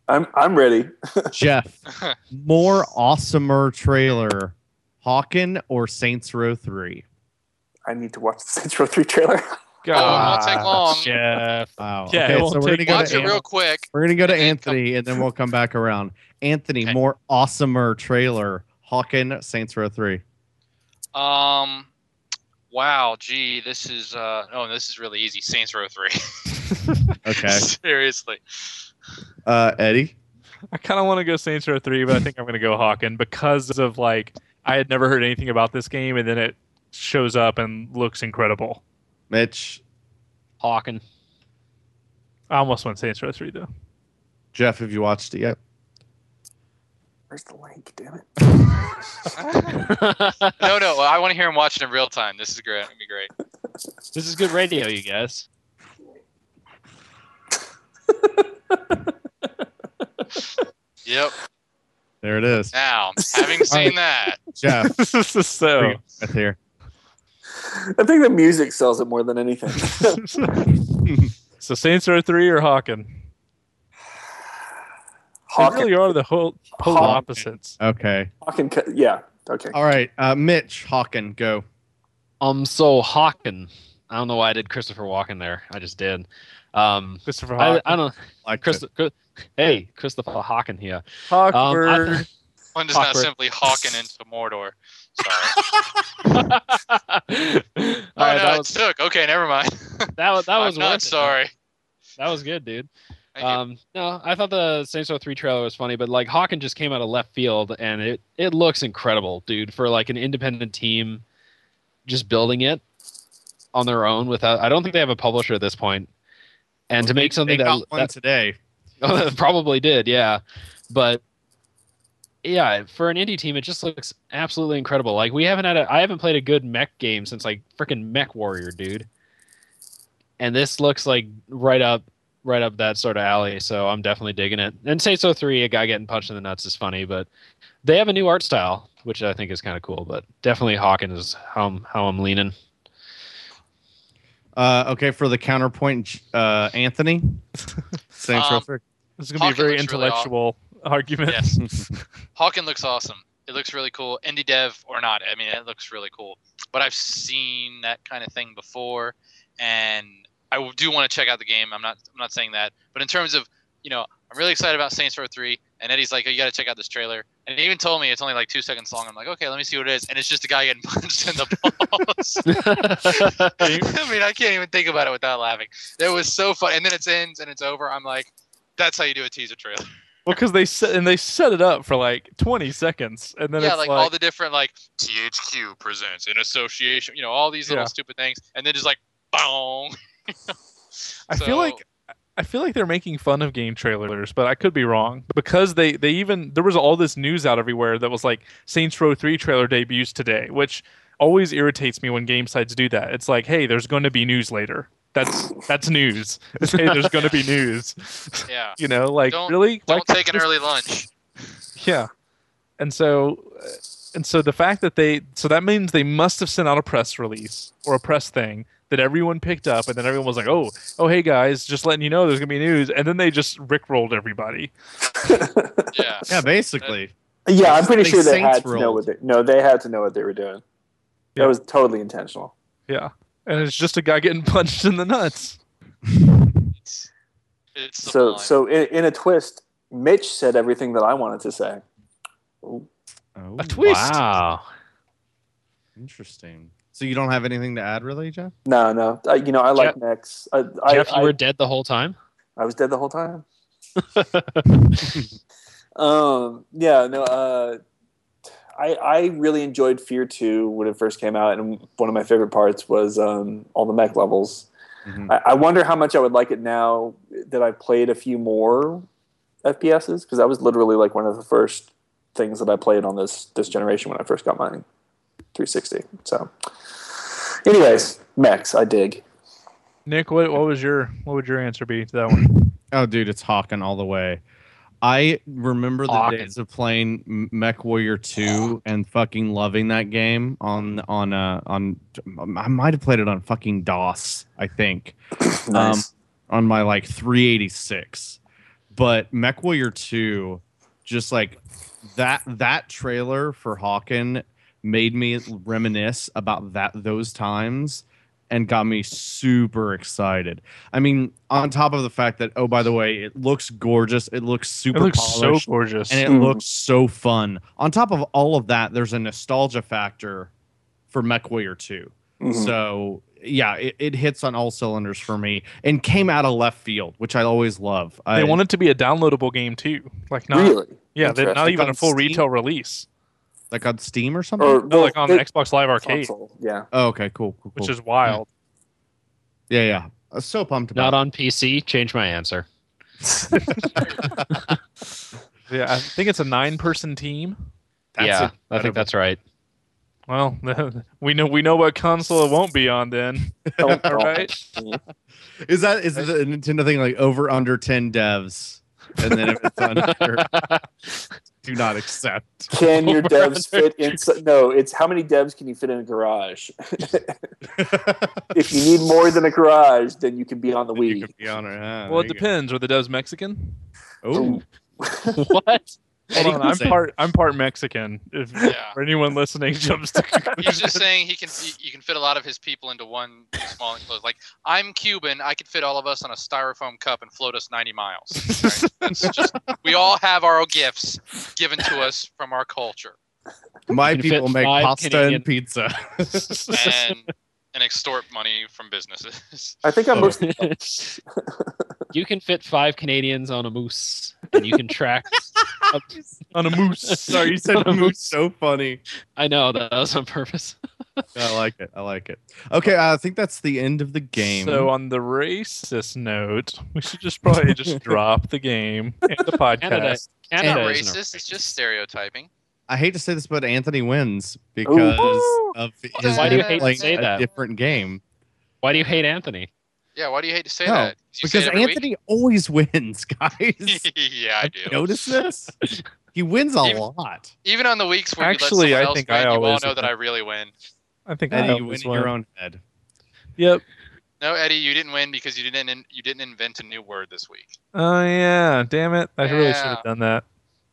S4: I'm I'm ready.
S1: Jeff. More awesomer trailer. Hawken or Saints Row 3?
S4: I need to watch the [laughs] Saints Row Three trailer.
S3: Oh,
S5: won't take
S2: God,
S5: long.
S2: Jeff.
S1: Wow.
S2: Yeah, it
S1: okay,
S2: won't
S1: so we're
S2: take
S1: gonna go
S5: Watch
S1: to
S5: it
S1: Anthony.
S5: real quick.
S1: We're gonna go to
S5: and then come-
S1: Anthony and then we'll come back around. Anthony,
S5: Okay.
S1: more awesomer trailer. Hawken Saints Row 3.
S5: Um, wow, gee, this is uh, oh, this is really easy. Saints Row Three.
S3: [laughs]
S1: Okay.
S5: [laughs] Seriously,
S1: [laughs] Uh Eddie?
S2: I kind of want to go Saints Row 3, but I think I'm going to go Hawken because of like I had never heard anything about this game and then it shows up and looks incredible.
S1: Mitch.
S3: [laughs] Hawking.
S2: I almost went Saints Row 3 though.
S1: Jeff, have you watched it yet?
S4: Where's the link? Damn it.
S5: no, no, I want to hear him watching in real time. This is great. It'll be great.
S3: this is good radio, you guys.
S5: Yep.
S1: There it [laughs] is.
S5: Now,
S3: [laughs]
S5: having seen that,
S1: Jeff,
S2: [laughs] so
S1: that's here.
S4: I think the music sells it more than anything.
S2: [laughs] so Saints Row 3 or Hawken? They
S4: Hawk,
S2: really are the whole polar
S4: Hawken.
S2: opposites.
S1: Okay.
S4: Hawk and Cu- yeah. Okay.
S1: All right. Uh Mitch, Hawken, go.
S3: Um, so Hawken. I don't know why I did Christopher Walken there. I just did. Um,
S2: Christopher
S3: I,
S2: Hawken.
S3: I don't.
S1: Like
S3: Chris, Chris, hey, Christopher Hawken here. [laughs]
S2: Hawkward.
S3: Um,
S5: one does not
S3: Awkward.
S5: simply hawking into Mordor.
S3: [laughs] All
S5: Sorry.
S3: right,
S5: Oh, no,
S3: that
S5: it
S3: was
S5: took. Okay, never mind.
S3: that was that
S5: I'm
S3: was worth
S5: not
S3: it.
S5: sorry.
S3: That was good, dude.
S5: Thank you.
S3: Um, no, I thought the Saints Row Three trailer was funny, but like Hawken just came out of left field, and it it looks incredible, dude. For like an independent team, just building it on their own without. I don't think they have a publisher at this point, and to make something
S1: they
S3: that,
S1: got one today.
S3: that [laughs] probably did, yeah, but yeah, for an indie team, it just looks absolutely incredible. Like we haven't had a, I haven't played a good mech game since like freaking Mech Warrior, dude. And this looks like right up, right up that sort of alley. So I'm definitely digging it. And Saints Row Three, a guy getting punched in the nuts is funny, but they have a new art style, which I think is kind of cool. But definitely Hawking is how I'm, how I'm leaning.
S1: Uh, okay, for the counterpoint, uh, [laughs] Anthony. Saints Row
S5: Um,
S1: 3.
S2: This is gonna
S5: Hawken
S2: be a very
S5: looks really
S2: intellectual argument.
S5: yes. Hawken looks awesome. It looks really cool. Indie dev or not, I mean, it looks really cool. But I've seen that kind of thing before, and I do want to check out the game. I'm not, I'm not saying that, but in terms of, you know, I'm really excited about Saints Row 3, and Eddie's like, oh, you got to check out this trailer, and he even told me it's only like two seconds long. I'm like, okay, let me see what it is, and it's just a guy getting [laughs] punched in the balls. [laughs] I mean, I can't even think about it without laughing. It was so fun, and then it ends and it's over. I'm like, that's how you do a teaser trailer.
S2: Well, because they set and they set it up for like 20 seconds, and then
S5: yeah,
S2: it's
S5: like, all the different like THQ presents in association, you know, all these little
S2: Yeah.
S5: stupid things, and then just like bong.
S2: [laughs] I feel like I feel like they're making fun of game trailers, but I could be wrong because they they even there was all this news out everywhere that was like Saints Row 3 trailer debuts today, which always irritates me when game sites do that. It's like, "Hey, there's going to be news later." That's that's news. It's, hey, there's going to be news. [laughs]
S5: yeah,
S2: You know, like
S5: Don't-
S2: really? Why
S5: don't take an
S2: can't you [laughs]
S5: early lunch.
S2: yeah, and so, uh, and so the fact that they so that means they must have sent out a press release or a press thing that everyone picked up, and then everyone was like, "Oh, oh, hey guys, just letting you know there's gonna be news," and then they just rickrolled everybody.
S5: Yeah,
S1: Yeah, basically.
S4: [laughs] yeah, I'm pretty
S1: They
S4: sure they
S1: Saints
S4: had to know
S1: rolled.
S4: what they no, they had to know what they were doing.
S2: Yeah.
S4: That was totally intentional.
S2: Yeah, and it's just a guy getting [laughs] punched in the nuts.
S5: it's, it's
S4: So
S5: sublime.
S4: so in, in a twist, Mitch said everything that I wanted to say.
S1: Oh,
S2: A twist.
S3: Wow.
S1: Interesting. So you don't have anything to add, really, Jeff?
S4: No, no, I, you know I like
S3: Jeff-
S4: Max. I I,
S3: Jeff, you
S4: I,
S3: were dead the whole time.
S4: I was dead the
S3: [laughs]
S4: whole time. um, yeah, no, uh, I I really enjoyed Fear Two when it first came out, and one of my favorite parts was um, all the mech levels.
S3: Mm-hmm.
S1: Mhm.
S4: I, I wonder how much I would like it now that I've played a few more FPSs because that was literally like one of the first things that I played on this this generation when I first got mine 360. So, anyways, Max, I dig.
S2: Nick, what what was your what would your answer be to that one?
S1: Oh, dude, it's Hawken all the way. I remember the
S3: Hawken.
S1: days of playing M- Mech Warrior 2 and fucking loving that game on on uh on I might have played it on fucking DOS, I think.
S2: Um,
S4: nice.
S1: Um, on my like 386. But Mech Warrior 2, just like that that trailer for Hawken made me reminisce about that those times and got me super excited. I mean, on top of the fact that oh by the way, it looks gorgeous, it looks super
S2: It looks so
S1: polished,
S2: gorgeous.
S1: and it
S4: Mm.
S1: looks so fun. On top of all of that, there's a nostalgia factor for Mech Warrior 2.
S2: Mm-hmm.
S4: Mhm.
S1: So yeah, it, it hits on all cylinders for me and came out of left field, which I always love.
S2: they
S1: I,
S2: want it to be a downloadable game too. Like not
S4: really?
S2: yeah, they not
S4: Interesting.
S2: even a full
S1: Steam?
S2: retail release.
S1: like on Steam or something.
S4: Or
S2: No,
S4: well,
S2: like on
S4: it-
S2: Xbox Live Arcade,
S4: console, Yeah.
S1: oh, okay, cool, cool,
S2: which
S1: cool.
S2: is wild.
S1: yeah, yeah. I was so pumped about.
S3: Not on PC. Change my answer.
S2: Yeah, I think it's a nine person team.
S1: That's
S3: yeah, I
S1: incredible.
S3: think that's right.
S2: Well, [laughs] we know we know what console it won't be on then.
S4: Don't-
S2: [laughs] All right.
S1: it. Is that is the Nintendo thing like over under ten devs? And then if it's
S3: [laughs]
S1: under, do not
S2: [laughs]
S1: accept.
S4: Can your
S3: Over
S4: devs
S3: under.
S4: fit inside? No, it's how many devs can you fit in
S2: [laughs]
S4: a garage? if you need more than a garage, then you can be on the
S1: you
S4: Wii.
S1: could be on it. Ah,
S2: Well, it
S1: there you
S2: depends. Are the devs Mexican?
S1: go. Ooh.
S3: what?
S2: Hold
S1: Eddie
S2: on, I'm
S1: Hussein.
S2: part. I'm part Mexican. If [laughs]
S5: Yeah.
S2: for anyone listening jumps to
S5: He's just saying he can he, you can fit a lot of his people into one small enclosure. Like I'm Cuban, I could fit all of us on a styrofoam cup and float us 90 miles. right?
S2: [laughs]
S5: That's just we all have our gifts given to us from
S2: [laughs]
S5: our culture
S1: My
S3: You can fit
S1: people make
S3: five
S1: pasta
S3: Canadian-
S1: and pizza.
S3: [laughs]
S1: [laughs]
S5: and and extort money from businesses.
S4: I think I'm
S1: Oh.
S4: most.
S3: you can fit five Canadians on a moose, and you can track.
S2: [laughs] on a moose.
S1: Sorry, you
S3: [laughs]
S1: said moose so funny.
S3: I know that was on purpose.
S1: I like it. I like it. Okay, I think that's the end of the game.
S2: So on the racist note, we should just
S1: [laughs]
S2: probably just drop the game and the
S3: Canada,
S2: podcast.
S5: It's not
S3: Canada isn't a
S5: racist. It's just stereotyping.
S1: I hate to say this, but Anthony wins because
S4: Ooh.
S1: of his
S5: Why do you hate to
S1: playing
S5: say
S1: a
S3: that?
S1: different game.
S3: Why do you hate Anthony?
S5: Yeah, why do you hate to say
S1: No,
S5: that? You say
S1: because
S5: it every
S1: Anthony always [laughs] wins,
S5: [laughs]
S1: guys.
S5: week? yeah, I do. [laughs]
S1: Notice this? He wins a
S5: Even-
S1: lot.
S5: Even on the weeks where
S2: Actually,
S5: you let
S2: I
S5: someone else
S2: think
S5: win,
S2: I
S5: you all
S2: always
S5: know that
S2: win.
S5: I really win.
S2: I think I
S1: And you win
S2: always
S1: in your own head.
S2: Yep.
S5: No, Eddie, you didn't win because you didn't you didn't invent a new word
S2: [laughs]
S5: this week.
S2: Oh yeah. Damn it! I really should
S5: Yeah.
S2: have done that.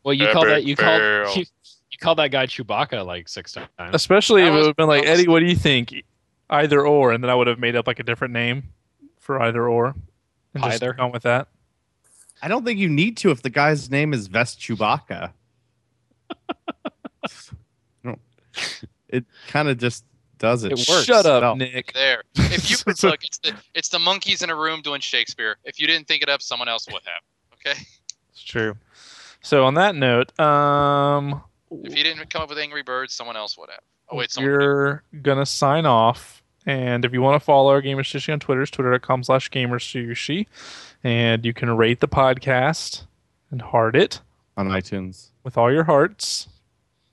S3: Well, you call
S5: Epic
S3: that you called [laughs]
S5: fail.
S3: you, you called that guy Chewbacca like six times.
S2: Especially
S5: That
S2: if it
S5: was-
S2: would have been like
S5: that was-
S2: Eddie, what do you think? Either or, and then I would have made up like a different name for either or, and just
S3: Either.
S2: gone with that.
S1: I don't think you need to if the guy's name is Vest Chewbacca. No. [laughs] It kind of just does it.
S3: It works.
S2: Shut up,
S1: No.
S2: Nick.
S5: There. If you look, it's the it's the monkeys in a room doing Shakespeare. If you didn't think it up, someone else would have. Okay.
S2: It's true. So on that note, um,
S5: If you didn't come up with Angry Birds, someone else would have. Oh wait, someone. did.
S2: we're gonna sign off. And if you want to follow our Gamer Sushi on Twitter, it's twitter.com slash gamersushi. And you can rate the podcast and heart it
S1: On iTunes.
S2: with all your hearts.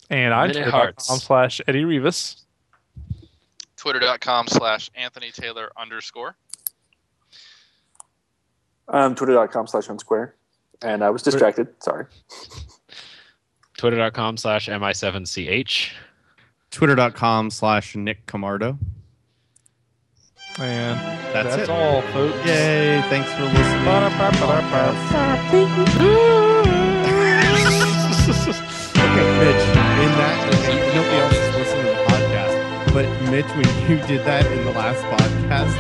S2: And I'm
S3: Many
S2: twitter.com
S3: hearts.
S2: slash Eddie Rivas.
S5: Twitter.com slash Anthony Taylor underscore.
S4: Um, Twitter.com slash unsquare. And I was distracted. Sorry.
S3: Twitter.com slash mi7ch.
S1: Twitter.com slash Nick Camardo.
S2: And
S1: That's, it.
S2: all, folks.
S1: Yay. Thanks for listening. [laughs] Okay, Mitch, in that, and nobody else is listening to the podcast, but Mitch, when you did that in the last podcast,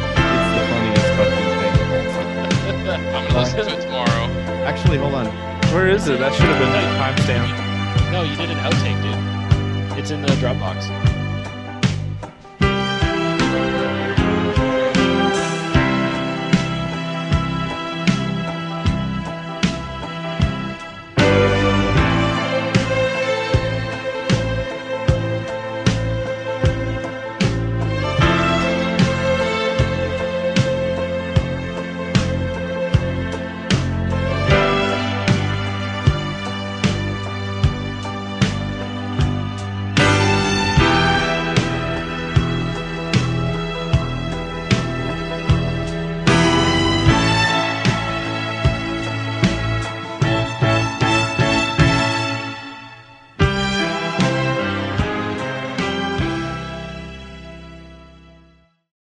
S1: it's the funniest fucking thing.
S5: I'm gonna listen to it tomorrow.
S1: Actually, hold on.
S2: Where is it? That should have been that timestamp.
S3: No, you did an outtake, dude. It's in the Dropbox.